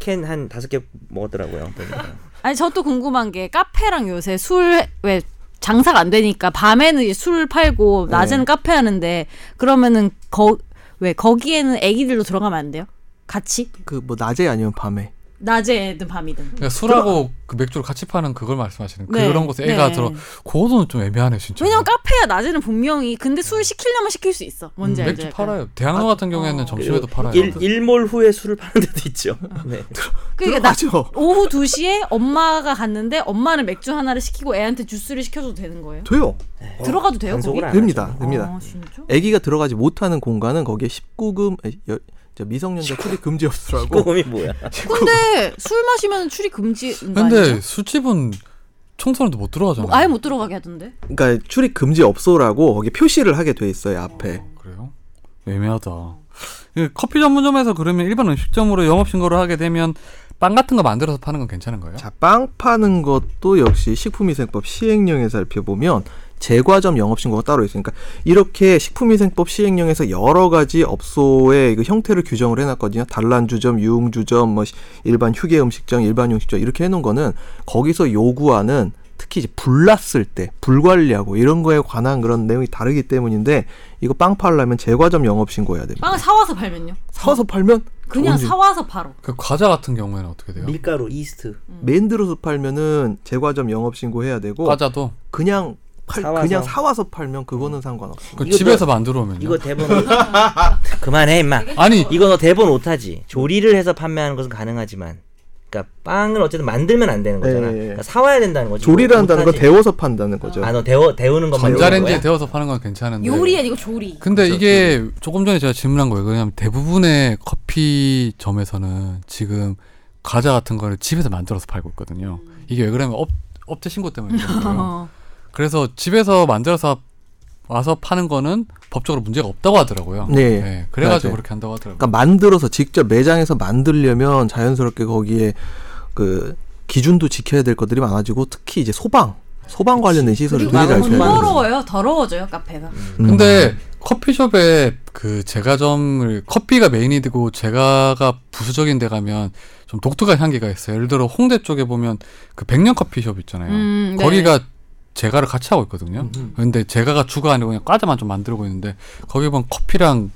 Speaker 4: 캔 한 다섯 개 먹었더라고요. 보니까.
Speaker 2: 아니 저도 궁금한 게 카페랑 요새 술 왜 장사가 안 되니까 밤에는 이제 술
Speaker 1: 네.
Speaker 2: 팔고 낮에는 카페 하는데 그러면은 거 왜 거기에는 애기들도 들어가면 안 돼요? 같이?
Speaker 3: 그 뭐 낮에 아니면 밤에
Speaker 2: 낮에든 밤이든.
Speaker 1: 그러니까 술하고 그 맥주를 같이 파는 그걸 말씀하시는
Speaker 2: 네.
Speaker 1: 그런 곳에 애가
Speaker 2: 네.
Speaker 1: 들어. 그거는 좀 애매하네 진짜.
Speaker 2: 왜냐면 카페야 낮에는 분명히 근데 술 시키려면 시킬 수 있어. 뭔지
Speaker 1: 음,
Speaker 2: 알죠?
Speaker 1: 맥주
Speaker 2: 약간.
Speaker 1: 팔아요. 대학로 같은 경우에는
Speaker 2: 어.
Speaker 1: 점심에도
Speaker 4: 그리고
Speaker 1: 팔아요.
Speaker 4: 일, 일몰 후에 술을 파는 데도 있죠. 네.
Speaker 2: 그러니까 나,
Speaker 3: 들어가죠.
Speaker 2: 오후 2시에 엄마가 갔는데 엄마는 맥주 하나를 시키고 애한테 주스를 시켜줘도 되는 거예요?
Speaker 3: 돼요.
Speaker 2: 들어가도 돼요?
Speaker 4: 단속을
Speaker 2: 거기?
Speaker 4: 안
Speaker 3: 됩니다. 됩니다.
Speaker 2: 아, 진짜?
Speaker 3: 아기가 들어가지 못하는 공간은 거기에 19금 아니, 여- 저 미성년자 출입 금지 없으라고
Speaker 4: 꼬금이 그 뭐야?
Speaker 2: 근데 술 마시면 출입 금지
Speaker 1: 근데 뭐. 술집은 청소년도 못 들어가잖아요.
Speaker 2: 뭐, 아예 못 들어가게 하던데.
Speaker 3: 그러니까 출입 금지 없소라고 거기 표시를 하게 돼 있어요 앞에.
Speaker 1: 그래요? 애매하다. 예, 커피 전문점에서 그러면 일반 음식점으로 영업 신고를 하게 되면 빵 같은 거 만들어서 파는 건 괜찮은 거예요?
Speaker 3: 자, 빵 파는 것도 역시 식품위생법 시행령에 살펴보면 제과점 영업신고가 따로 있으니까 이렇게 식품위생법 시행령에서 여러 가지 업소의 이거 형태를 규정을 해놨거든요. 단란주점, 유흥주점, 뭐 시- 일반 휴게 음식점, 일반 음식점 이렇게 해놓은 거는 거기서 요구하는 특히 이제 불났을 때 불관리하고 이런 거에 관한 그런 내용이 다르기 때문인데 이거 빵 팔려면 제과점 영업신고해야 됩니다.
Speaker 6: 빵을 사와서 팔면요?
Speaker 3: 사와서 팔면
Speaker 6: 그냥
Speaker 3: 좋은지.
Speaker 6: 사와서 바로.
Speaker 1: 그 과자 같은 경우에는 어떻게 돼요?
Speaker 4: 밀가루 이스트
Speaker 3: 맨들어서 팔면은 제과점 영업신고 해야 되고
Speaker 1: 과자도
Speaker 3: 그냥 팔
Speaker 4: 사와서.
Speaker 3: 그냥 사와서 팔면 그거는 상관없어.
Speaker 1: 그
Speaker 4: 이거
Speaker 1: 집에서 만들어 오면요.
Speaker 4: 이거 대본 그만해 임마
Speaker 1: 아니
Speaker 4: 이거 너 대본 오타지 조리를 해서 판매하는 것은 가능하지만 그러니까 빵을 어쨌든 만들면 안 되는 거잖아
Speaker 3: 예, 예.
Speaker 4: 그러니까 사와야 된다는 거지
Speaker 3: 조리를
Speaker 4: 이거
Speaker 3: 한다는 거
Speaker 4: 오타지.
Speaker 3: 데워서 판다는 거죠.
Speaker 4: 아, 너 데워 데우는 것만
Speaker 1: 전자레인지에
Speaker 4: 데우는 거야? 그렇죠. 음.
Speaker 1: 데워서 파는 건 괜찮은데.
Speaker 6: 요리 아니고 조리.
Speaker 1: 근데 이게 조금 전에 제가 질문한 거예요. 왜냐면 대부분의 커피점에서는 지금 과자 같은 거를 집에서 만들어서 팔고 있거든요. 이게 왜 그러냐면 업, 업체 신고 때문에 그래요.
Speaker 6: 어.
Speaker 1: 그래서 집에서 만들어서 와서 파는 거는 법적으로 문제가 없다고 하더라고요.
Speaker 3: 네.
Speaker 1: 그래가지고
Speaker 3: 맞아요.
Speaker 1: 그렇게 한다고 하더라고요.
Speaker 3: 그러니까 만들어서 직접 매장에서 만들려면 자연스럽게 거기에 그 기준도 지켜야 될 것들이 많아지고 특히 이제 소방 소방 관련된 시설을
Speaker 6: 그리고
Speaker 3: 되게
Speaker 6: 너무
Speaker 3: 잘 펴야 음. 돼요.
Speaker 6: 더러워요. 더러워져요 카페가. 음.
Speaker 1: 근데 커피숍에 그 제과점을 커피가 메인이 되고 제과가 부수적인 데 가면 좀 독특한 향기가 있어요. 예를 들어 홍대 쪽에 보면 그 백년 커피숍 있잖아요.
Speaker 6: 음, 네.
Speaker 1: 거기가 제과를 같이 하고 있거든요. 근데 제과가 주가 아니고 그냥 과자만 좀 만들고 있는데 거기 보면 커피랑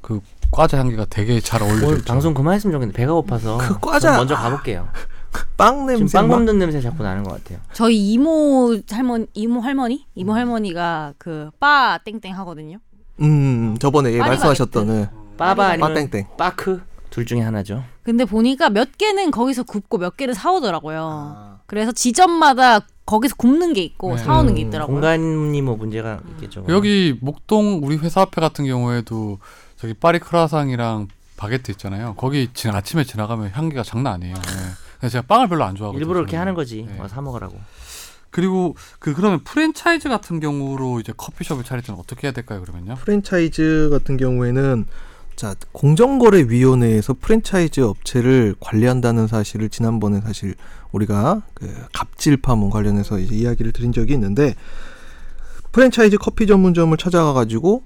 Speaker 1: 그 과자 향기가 되게 잘 어울려요.
Speaker 4: 오늘 방송 그만했으면 좋겠는데 배가 고파서
Speaker 3: 그
Speaker 4: 전
Speaker 3: 과자-
Speaker 4: 먼저 가볼게요
Speaker 3: 빵
Speaker 4: 지금
Speaker 3: 냄새
Speaker 4: 빵
Speaker 3: 막
Speaker 4: 굽는 냄새 자꾸 나는 것 같아요
Speaker 2: 저희 이모 할머니 이모 할머니 이모 할머니가 그 빠 땡땡 하거든요.
Speaker 3: 음, 저번에 예,
Speaker 2: 파리
Speaker 3: 말씀하셨던 예.
Speaker 4: 빠바 아니면
Speaker 3: 빠땡땡.
Speaker 4: 빠크 둘 중에 하나죠
Speaker 2: 근데 보니까 몇 개는 거기서 굽고 몇 개는 사오더라고요. 그래서 지점마다 거기서 굽는 게 있고
Speaker 1: 네.
Speaker 2: 사오는
Speaker 3: 음,
Speaker 2: 게 있더라고요.
Speaker 4: 공간이 뭐 문제가 있겠죠
Speaker 1: 어. 여기 목동 우리 회사 앞에 같은 경우에도 저기 파리 크라상이랑 바게트 있잖아요. 거기 지금 아침에 지나가면 향기가 장난 아니에요. 네. 근데 제가 빵을 별로 안 좋아하거든요.
Speaker 4: 일부러 이렇게
Speaker 1: 저는.
Speaker 4: 하는 거지
Speaker 1: 네.
Speaker 4: 와사 먹으라고
Speaker 1: 그리고 그 그러면 프랜차이즈 같은 경우로 이제 커피숍을 차릴 때는 어떻게 해야 될까요? 그러면요?
Speaker 3: 프랜차이즈 같은 경우에는 자 공정거래위원회에서 프랜차이즈 업체를 관리한다는 사실을 지난번에 사실 우리가 그 갑질 파문 관련해서 이제 이야기를 드린 적이 있는데 프랜차이즈 커피 전문점을 찾아가 가지고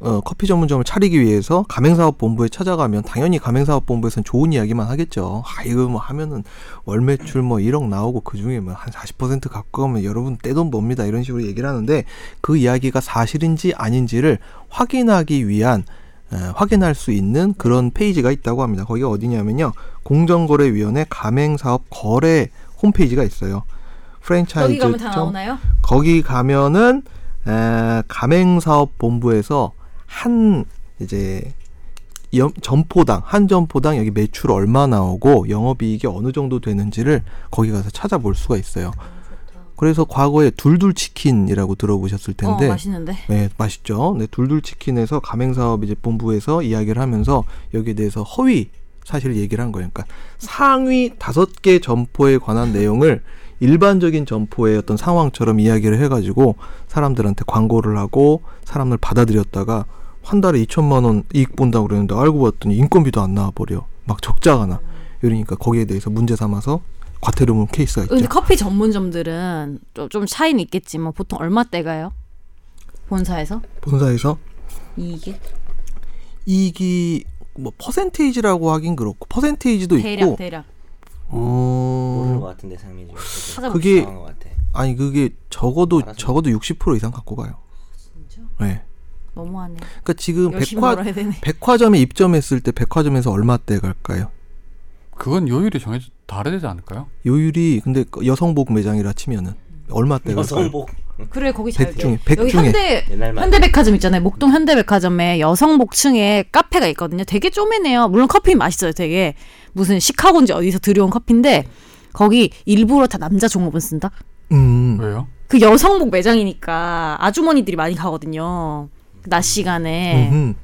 Speaker 3: 어, 커피 전문점을 차리기 위해서 가맹사업본부에 찾아가면 당연히 가맹사업본부에서는 좋은 이야기만 하겠죠. 아 이거 뭐 하면은 월 매출 뭐 1억 나오고 그 중에 뭐 한 40% 가까우면 여러분 떼돈 법니다 이런 식으로 얘기를 하는데 그 이야기가 사실인지 아닌지를 확인하기 위한 에, 확인할 수 있는 그런 페이지가 있다고 합니다. 거기가 어디냐면요 공정거래위원회 가맹사업 거래 홈페이지가 있어요. 프랜차이즈
Speaker 6: 여기 가면 다
Speaker 3: 점-
Speaker 2: 어,
Speaker 6: 나오나요?
Speaker 3: 거기 가면은 에, 가맹사업본부에서 한 이제 연- 점포당 한 점포당 여기 매출 얼마 나오고 영업이익이 어느 정도 되는지를 거기 가서 찾아볼 수가 있어요. 그래서 과거에 둘둘 치킨이라고 들어보셨을 텐데
Speaker 2: 어, 맛있는데.
Speaker 3: 네, 맛있죠. 네, 둘둘 치킨에서 가맹사업 이제 본부에서 이야기를 하면서 여기에 대해서 허위 사실 얘기를 한 거예요. 그러니까 상위 다섯 개 점포에 관한 내용을 일반적인 점포의 어떤 상황처럼 이야기를 해가지고 사람들한테 광고를 하고 사람을 받아들였다가 한 달에 2천만 원 이익 본다고 그러는데 알고 봤더니 인건비도 안 나와 버려. 막 적자가 나. 이러니까 거기에 대해서 문제 삼아서 과태료문 케이스가 있죠.
Speaker 2: 근데 커피 전문점들은 좀, 좀 차이는 있겠지만 보통 얼마대가요? 본사에서
Speaker 3: 본사에서
Speaker 2: 이게
Speaker 3: 이익이 뭐 퍼센테이지라고 하긴 그렇고 퍼센테이지도
Speaker 2: 대략
Speaker 3: 있고
Speaker 2: 대략
Speaker 4: 모르는 것
Speaker 3: 어...
Speaker 4: 같은데 상민이 어, 뭐, 지금
Speaker 2: 찾아볼게요.
Speaker 3: 그게
Speaker 4: 당황한 것 같아
Speaker 3: 아니 그게 적어도
Speaker 4: 알아서.
Speaker 3: 적어도 60% 이상 갖고 가요. 네.
Speaker 2: 너무하네.
Speaker 3: 그러니까 지금
Speaker 2: 열심히
Speaker 3: 백화
Speaker 2: 벌어야 되네.
Speaker 3: 백화점에 입점했을 때 백화점에서 얼마대 갈까요?
Speaker 1: 그건 요율이 정해져 다르지 않을까요?
Speaker 3: 요율이 근데 그 여성복 매장이라 치면은 얼마대 갈까요?
Speaker 4: 여성복
Speaker 2: 그래 거기 잘
Speaker 3: 음. 백중에
Speaker 2: 돼요. 여기
Speaker 3: 백중에 음.
Speaker 2: 현대
Speaker 4: 옛날 말
Speaker 2: 현대백화점 있잖아요. 목동 현대백화점에 여성복층에 카페가 있거든요. 되게 쪼매네요. 물론 커피 맛있어요. 되게 무슨 시카고인지 어디서 들여온 커피인데 거기 일부러 다 남자 종업원 쓴다.
Speaker 3: 음.
Speaker 1: 왜요?
Speaker 2: 그 여성복 매장이니까 아주머니들이 많이 가거든요. 낮 시간에
Speaker 3: 음흠.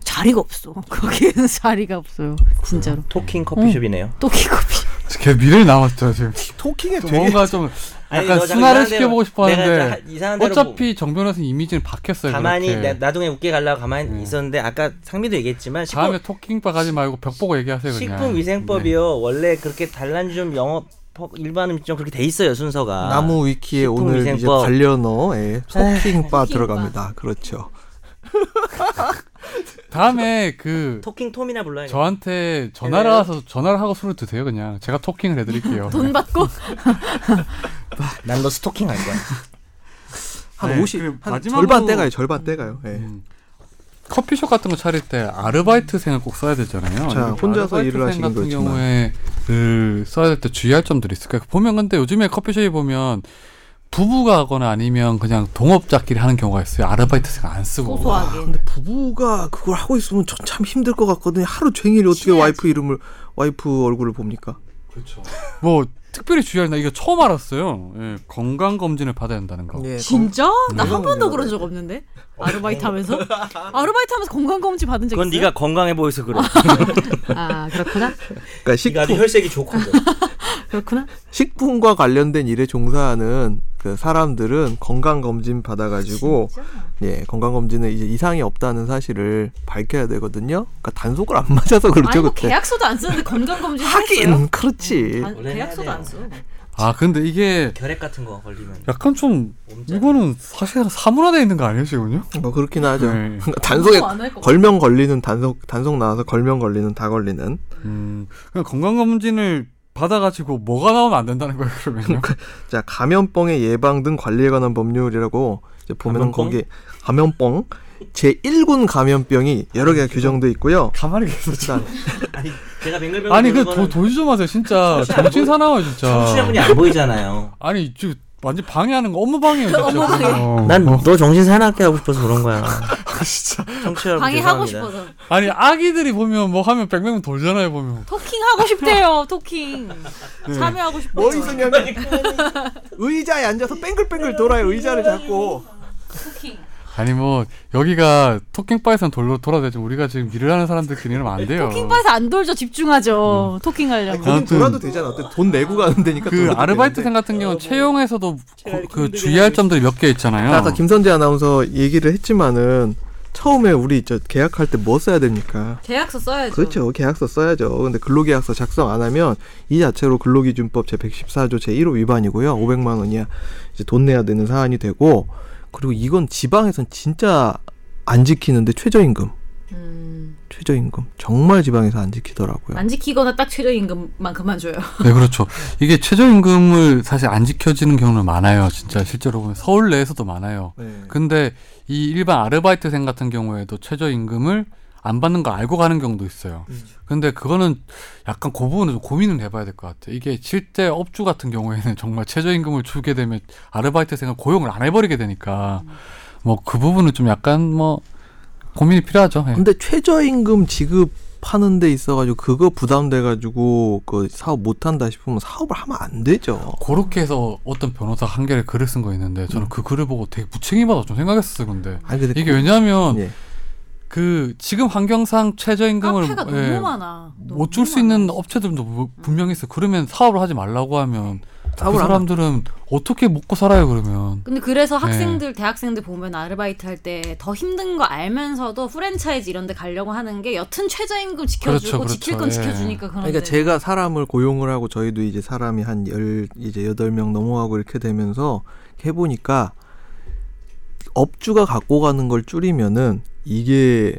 Speaker 2: 자리가 없어. 거기에는 자리가 없어요. 진짜로.
Speaker 4: 토킹 커피숍이네요
Speaker 2: 또 키커피.
Speaker 1: 걔 미래를 남았죠 지금.
Speaker 3: 토킹에
Speaker 1: 좀
Speaker 3: 되게
Speaker 1: 뭔가 좀
Speaker 4: 아니,
Speaker 1: 약간 승화를
Speaker 4: 너 자꾸 이상한 대로-
Speaker 1: 시켜보고 싶어
Speaker 4: 내가
Speaker 1: 하는데
Speaker 4: 이제 하- 이상한 대로 뭐
Speaker 1: 어차피 정변호사 이미지는 바뀌었어요.
Speaker 4: 가만히
Speaker 1: 그렇게. 음.
Speaker 4: 나, 나중에 웃게 가려고 가만히 있었는데 아까 상민도 얘기했지만 식품,
Speaker 1: 다음에 토킹바 가지 말고 벽 보고 얘기하세요 그냥. 네.
Speaker 4: 식품위생법이요 원래 그렇게 단란주점 영업 퍼- 일반 음식점 그렇게 돼 있어요 순서가.
Speaker 3: 나무 위키에 오늘 이제
Speaker 4: 식품위생법.
Speaker 3: 반려너의 토킹바
Speaker 6: 토킹바.
Speaker 3: 들어갑니다. 그렇죠.
Speaker 1: 네. 다음에 그
Speaker 4: 토킹 톰이나 불러야 죠
Speaker 1: 저한테 전화를
Speaker 4: 네.
Speaker 1: 와서 전화를 하고 술을 드세요 그냥 제가 토킹을 해드릴게요.
Speaker 6: 돈
Speaker 3: 어.
Speaker 6: 받고
Speaker 4: 난 너 스토킹 할 거야.
Speaker 3: 한
Speaker 1: 네,
Speaker 3: 50,
Speaker 1: 그
Speaker 3: 한
Speaker 1: 마지막으로-
Speaker 3: 절반 떼가요. 절반 떼가요. 예.
Speaker 1: 음. 커피숍 같은 거 차릴 때 아르바이트생을 꼭 써야 되잖아요.
Speaker 3: 자,
Speaker 1: 이
Speaker 3: 혼자서
Speaker 1: 아르바이트생
Speaker 3: 일을 하시긴
Speaker 1: 같은
Speaker 3: 그렇지만.
Speaker 1: 경우에를 써야 될 때 주의할 점들이 있을까요? 보면 근데 요즘에 커피숍에 보면 부부가 하거나 아니면 그냥 동업자끼리 하는 경우가 있어요. 아르바이트생 안 쓰고.
Speaker 6: 고소하게.
Speaker 3: 근데 부부가 그걸 하고 있으면 전 참 힘들 것 같거든요. 하루 종일 어떻게
Speaker 6: 친해야지.
Speaker 3: 와이프 이름을 와이프 얼굴을 봅니까?
Speaker 1: 뭐 특별히 주의할 나 이거 처음 알았어요. 예, 건강 검진을 받아야 한다는
Speaker 3: 네.
Speaker 1: 거.
Speaker 6: 네, 진짜? 나 한
Speaker 3: 건강
Speaker 6: 번도
Speaker 3: 검진
Speaker 6: 그런 적 없는데. 아르바이트 하면서? 아르바이트 하면서 건강검진 받은 적 있어요?
Speaker 4: 그건 네가 건강해 보여서 그래.
Speaker 6: 아, 그렇구나.
Speaker 3: 그러니까
Speaker 4: 네가 아주
Speaker 3: 식품
Speaker 4: 혈색이 좋거든.
Speaker 6: 그렇구나.
Speaker 3: 어. 식품과 관련된 일에 종사하는 그 사람들은 건강 검진 받아가지고 예 건강 검진에 이제 이상이 없다는 사실을 밝혀야 되거든요. 그러니까 단속을 안 맞아서
Speaker 6: 아니
Speaker 3: 그렇죠
Speaker 6: 뭐
Speaker 3: 그때.
Speaker 6: 계약서도 안 쓰는데 건강검진 했어요?
Speaker 3: 하긴 그렇지.
Speaker 6: 아, 계약서도 안 써.
Speaker 1: 아 근데 이게
Speaker 4: 결핵 같은 거 걸리면
Speaker 1: 약간 좀
Speaker 4: 몸짱.
Speaker 1: 이거는 사실 사물화돼 있는 거 아니에요 지금요?
Speaker 3: 뭐 그렇긴 하죠.
Speaker 1: 네.
Speaker 3: 단속에
Speaker 6: 뭐 안할것 같아.
Speaker 3: 걸면 걸리는 단속 단속 나와서 걸면 걸리는 다 걸리는.
Speaker 1: 음, 그냥 건강 검진을 받아가지고 뭐가 나오면 안 된다는 거예요 그러면요?
Speaker 3: 자 감염병의 예방 등 관리에 관한 법률이라고 이제 보면은
Speaker 4: 감염병?
Speaker 3: 거기 감염병 제 1군 감염병이 여러 개가 규정돼 있고요.
Speaker 1: 가만히 계세요. 진짜.
Speaker 4: 아니 제가 뱅글뱅글
Speaker 1: 아니 그
Speaker 4: 돌거는
Speaker 1: 도, 도지 좀 하세요 진짜 정신 사나워
Speaker 4: 청취자분이
Speaker 1: 진짜.
Speaker 4: 안 보이잖아요.
Speaker 1: 아니 지금 완전 방해하는 거 업무 방해예요 진짜. 어. 업무 방해.
Speaker 4: 난 너 정신 사납게 하고 싶어서 그런 거야.
Speaker 1: 아,
Speaker 4: 진짜. 청취자
Speaker 6: 방해하고 싶어서.
Speaker 1: 아니 아기들이 보면 뭐 하면 뱅뱅 돌잖아요 보면.
Speaker 6: 토킹 하고 싶대요. 토킹.
Speaker 3: 네.
Speaker 6: 참여하고 싶어요.
Speaker 3: 이승현이 의자에 앉아서 뺑글뺑글 돌아요 의자를 잡고
Speaker 1: 아니 뭐 여기가 토킹바에선 돌로 돌아다니지 우리가 지금 일을 하는 사람들끼리 이러면 안 돼요.
Speaker 6: 토킹바에서 안 돌죠. 집중하죠. 토킹
Speaker 3: 아니,
Speaker 6: 하려고.
Speaker 3: 거긴
Speaker 1: 아무튼.
Speaker 3: 돌아도 되잖아 어때 돈 내고 가는 데니까
Speaker 1: 그 아르바이트생 같은 경우는 어. 채용에서도 고- 그 주의할 점들이 몇 개 있잖아요.
Speaker 3: 아까 김선재 아나운서 얘기를 했지만은 처음에 우리 저 계약할 때 뭐 써야 됩니까?
Speaker 6: 계약서 써야죠.
Speaker 3: 그렇죠. 계약서 써야죠. 근데 근로계약서 작성 안 하면 이 자체로 근로기준법 제114조 제1호 위반이고요. 500만 원이야. 이제 돈 내야 되는 사안이 되고 그리고 이건 지방에선 진짜 안 지키는데 최저임금.
Speaker 6: 음,
Speaker 3: 최저임금 정말 지방에서 안 지키더라고요.
Speaker 2: 아.
Speaker 6: 안 지키거나 딱 최저임금만큼만 줘요.
Speaker 1: 네, 그렇죠. 이게 최저임금을 사실 안 지켜지는 경우는 많아요. 진짜 실제로 보면 서울 내에서도 많아요.
Speaker 3: 네.
Speaker 1: 근데 이 일반 아르바이트생 같은 경우에도 최저임금을 안 받는 거 알고 가는 경우도 있어요. 근데 그거는 약간 그 부분은 좀 고민을 해봐야 될 것 같아요. 이게 실제 업주 같은 경우에는 정말 최저임금을 주게 되면 아르바이트생을 고용을 안 해버리게 되니까 뭐 그 부분은 좀 약간 뭐 고민이 필요하죠. 예.
Speaker 3: 근데 최저임금 지급하는 데 있어가지고 그거 부담돼가지고 그 사업 못한다 싶으면 사업을 하면 안 되죠.
Speaker 1: 그렇게 해서 어떤 변호사 한결에 글을 쓴 거 있는데 저는 그 글을 보고 되게 무책임하다 좀 생각했어요. 근데
Speaker 3: 아니 근데
Speaker 1: 이게 왜냐하면
Speaker 3: 예.
Speaker 1: 그 지금 환경상 최저임금을
Speaker 6: 카페가
Speaker 1: 예,
Speaker 6: 너무 많아.
Speaker 1: 못 줄 수 있는 어- 업체들도 무- 분명히 있어. 그러면 사업을 하지 말라고
Speaker 6: 음.
Speaker 1: 하면 그
Speaker 3: 사업을 하면
Speaker 1: 사람들은 어떻게 먹고 살아요 그러면?
Speaker 6: 근데 그래서 학생들 대학생들 보면 아르바이트 할 때 더 힘든 거 알면서도 프랜차이즈 이런 데 가려고 하는 게 여튼 최저임금 지켜주고
Speaker 1: 그렇죠, 그렇죠.
Speaker 6: 지킬 건
Speaker 1: 예.
Speaker 6: 지켜주니까 그런데
Speaker 3: 그러니까 제가 사람을 고용을 하고 저희도 이제 사람이 한 열 이제 여덟 명 넘어가고 이렇게 되면서 해 보니까 업주가 갖고 가는 걸 줄이면은 이게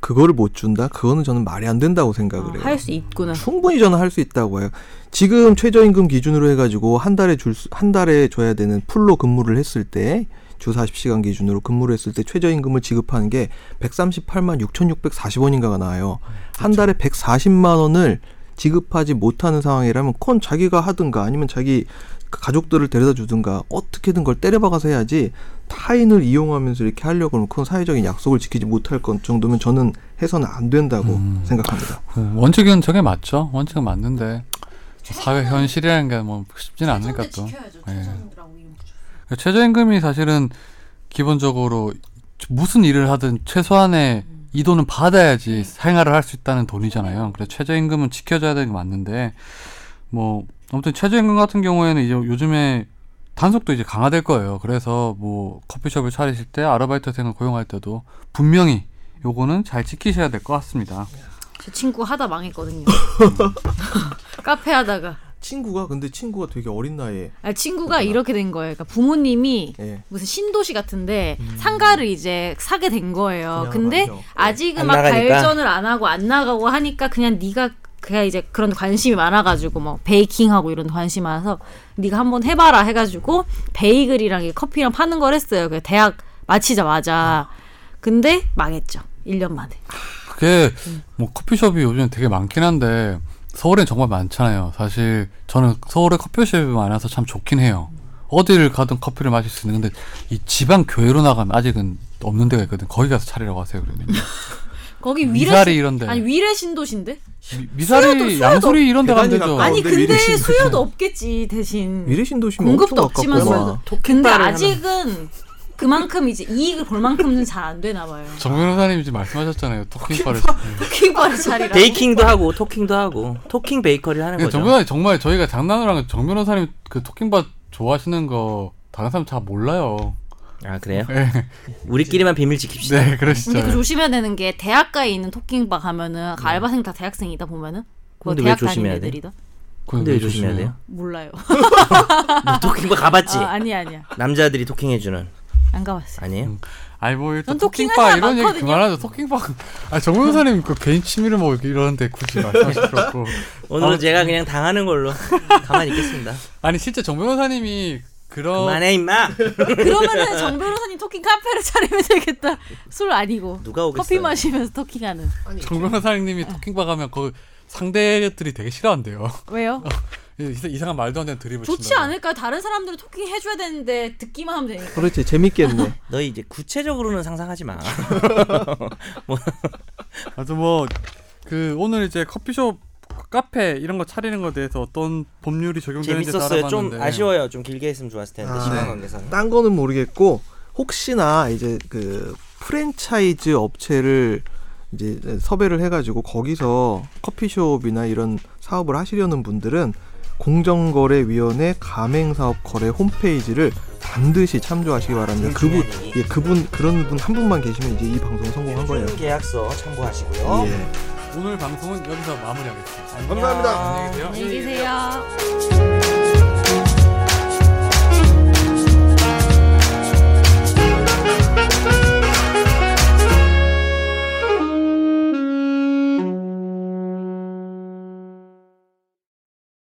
Speaker 3: 그거를 못 준다? 그거는 저는 말이 안 된다고 생각을 해요.
Speaker 6: 아, 할 수 있구나.
Speaker 3: 충분히 저는 할 수 있다고 해요. 지금 최저임금 기준으로 해가지고 한 달에 줄 한 달에 줘야 되는 풀로 근무를 했을 때 주 40시간 기준으로 근무를 했을 때 최저임금을 지급하는 게 138만 6,640원인가가 나와요. 한
Speaker 6: 그렇죠.
Speaker 3: 달에 140만 원을 지급하지 못하는 상황이라면 그건 자기가 하든가 아니면 자기 그 가족들을 데려다 주든가 어떻게든 그걸 때려박아서 해야지 타인을 이용하면서 이렇게 하려고 하면 그건 사회적인 약속을 지키지 못할 건 정도면 저는 해서는 안 된다고
Speaker 6: 음.
Speaker 3: 생각합니다.
Speaker 1: 그 원칙은 저게 맞죠. 원칙은 맞는데 사회 현실이라는 게 뭐 쉽지는 않으니까 또. 예. 최저임금이 사실은 기본적으로 무슨 일을 하든 최소한의 이 돈은 받아야지 생활을 할 수 있다는 돈이잖아요. 그래서 최저임금은 지켜줘야 되는 게 맞는데 뭐 아무튼 최저임금 같은 경우에는 이제 요즘에 단속도 이제 강화될 거예요. 그래서 뭐 커피숍을 차리실 때 아르바이트생을 고용할 때도 분명히 요거는 잘 지키셔야 될 것 같습니다.
Speaker 6: 제 친구 하다 망했거든요. 카페 하다가
Speaker 3: 친구가 근데 친구가 되게 어린 나이에
Speaker 2: 아, 친구가 이렇게 된 거예요. 그러니까 부모님이
Speaker 3: 예.
Speaker 2: 무슨 신도시 같은데 상가를 이제 사게 된 거예요.
Speaker 3: 그냥
Speaker 2: 근데
Speaker 3: 말이죠.
Speaker 2: 아직은
Speaker 4: 안
Speaker 2: 막
Speaker 4: 나가니까.
Speaker 2: 발전을 안 하고 안 나가고 하니까 그냥 네가 그냥 이제 그런 관심이 많아가지고 뭐 베이킹하고 이런 관심이 많아서 네가 한번 해봐라 해가지고 베이글이랑 이 커피랑 파는 걸 했어요. 그 대학 마치자마자 근데 망했죠. 1년 만에.
Speaker 1: 그게 뭐 커피숍이 요즘 되게 많긴 한데 서울엔 정말 많잖아요. 사실 저는 서울에 커피숍이 많아서 참 좋긴 해요. 어디를 가든 커피를 마실 수 있는 근데 이 지방 교외로 나가면 아직은 없는 데가 있거든. 거기 가서 차리라고 하세요. 그러면
Speaker 2: 거기 위례
Speaker 1: 미사리 음. 이런 데
Speaker 2: 아니 위례 신도시인데?
Speaker 1: 미- 미사리 양소리 이런 데 가면
Speaker 3: 계단이
Speaker 1: 되죠.
Speaker 3: 가까워.
Speaker 2: 아니
Speaker 3: 근데 위례
Speaker 2: 근데
Speaker 3: 신도시.
Speaker 2: 수요도 없겠지 대신
Speaker 3: 미래신도시면
Speaker 2: 음. 공급도
Speaker 3: 엄청
Speaker 2: 없지만
Speaker 3: 가깝고
Speaker 2: 수요도
Speaker 3: 아마
Speaker 2: 근데
Speaker 4: 톡발을
Speaker 2: 아직은 그만큼 이제 이익을 볼 만큼은 잘 안 되나 봐요.
Speaker 1: 정 변호사님 이제 말씀하셨잖아요. 토킹파를. 예.
Speaker 2: 킹바를 차리라.
Speaker 4: 베이킹도 하고 토킹도 하고 토킹 베이커리를 하는
Speaker 1: 네, 정
Speaker 4: 거죠.
Speaker 1: 변호사님 정말 저희가 장난을 한정 변호사님 그 토킹바 좋아하시는 거 다른 사람 잘 몰라요.
Speaker 4: 아 그래요?
Speaker 1: 네,
Speaker 4: 우리끼리만 비밀 지킵시다.
Speaker 1: 네
Speaker 2: 근데 그
Speaker 1: 그러시죠.
Speaker 2: 조심해야 되는 게 대학가에 있는 토킹바 가면은 그 알바생 다 대학생이다 보면은 그거
Speaker 4: 네. 근데 왜
Speaker 2: 대학
Speaker 4: 조심해야
Speaker 2: 다니는
Speaker 4: 돼?
Speaker 2: 애들이다.
Speaker 4: 근데
Speaker 1: 예. 네,
Speaker 4: 왜 조심해야 돼요?
Speaker 2: 몰라요.
Speaker 4: 뭐 토킹 바 가봤지.
Speaker 2: 아, 아니야 아니야.
Speaker 4: 남자들이 토킹해주는
Speaker 2: 안 가봤어요.
Speaker 4: 아니에요?
Speaker 1: 아니 뭐 일단
Speaker 2: 전
Speaker 1: 토킹바
Speaker 2: 토킹할 사람
Speaker 1: 이런 얘기
Speaker 2: 많거든요.
Speaker 1: 그만하죠. 토킹바. 아정 변호사님 그 개인 취미를 뭐 이러는데 굳이 말씀하실 필요 없고.
Speaker 4: 오늘은
Speaker 1: 아.
Speaker 4: 제가 그냥 당하는 걸로 가만히 있겠습니다.
Speaker 1: 아니 진짜 정 변호사님이 그런
Speaker 4: 그만해 임마.
Speaker 2: 그러면은 정 변호사님 토킹 카페를 차리면 되겠다. 술 아니고
Speaker 4: 누가 오겠어요?
Speaker 2: 커피 마시면서 토킹하는.
Speaker 1: 정 변호사님이 토킹바 가면 그 상대들이 되게 싫어한대요.
Speaker 2: 왜요?
Speaker 4: 아,
Speaker 1: 이상- 이상한 말도 안 되는 드립을
Speaker 2: 좋지
Speaker 1: 친다고.
Speaker 2: 않을까요? 다른 사람들은 토킹 해줘야 되는데 듣기만 하면 되니까.
Speaker 3: 그렇지 재밌겠네.
Speaker 4: 너 이제 구체적으로는 상상하지 마.
Speaker 1: 아주 뭐 그 오늘 이제 커피숍 카페 이런 거 차리는 거에 대해서 어떤 법률이 적용되는지
Speaker 4: 재밌었어요. 좀
Speaker 1: 알아봤는데
Speaker 4: 아쉬워요. 좀 길게 했으면 좋았을 텐데
Speaker 3: 아,
Speaker 4: 시간
Speaker 3: 네.
Speaker 4: 관계상.
Speaker 3: 딴 거는 모르겠고 혹시나 이제 그 프랜차이즈 업체를 이제 섭외를 해가지고 거기서 커피숍이나 이런 사업을 하시려는 분들은 공정거래위원회 가맹사업거래 홈페이지를 반드시 참조하시기 바랍니다. 그분 예 그분 그런 분 한 분만 계시면 이제 이 방송 성공한 거예요.
Speaker 4: 계약서 참고하시고요.
Speaker 3: 예.
Speaker 1: 오늘 방송은 여기서 마무리하겠습니다.
Speaker 4: 감사합니다.
Speaker 1: 안녕히 계세요.
Speaker 2: 안녕히 계세요.
Speaker 6: 네.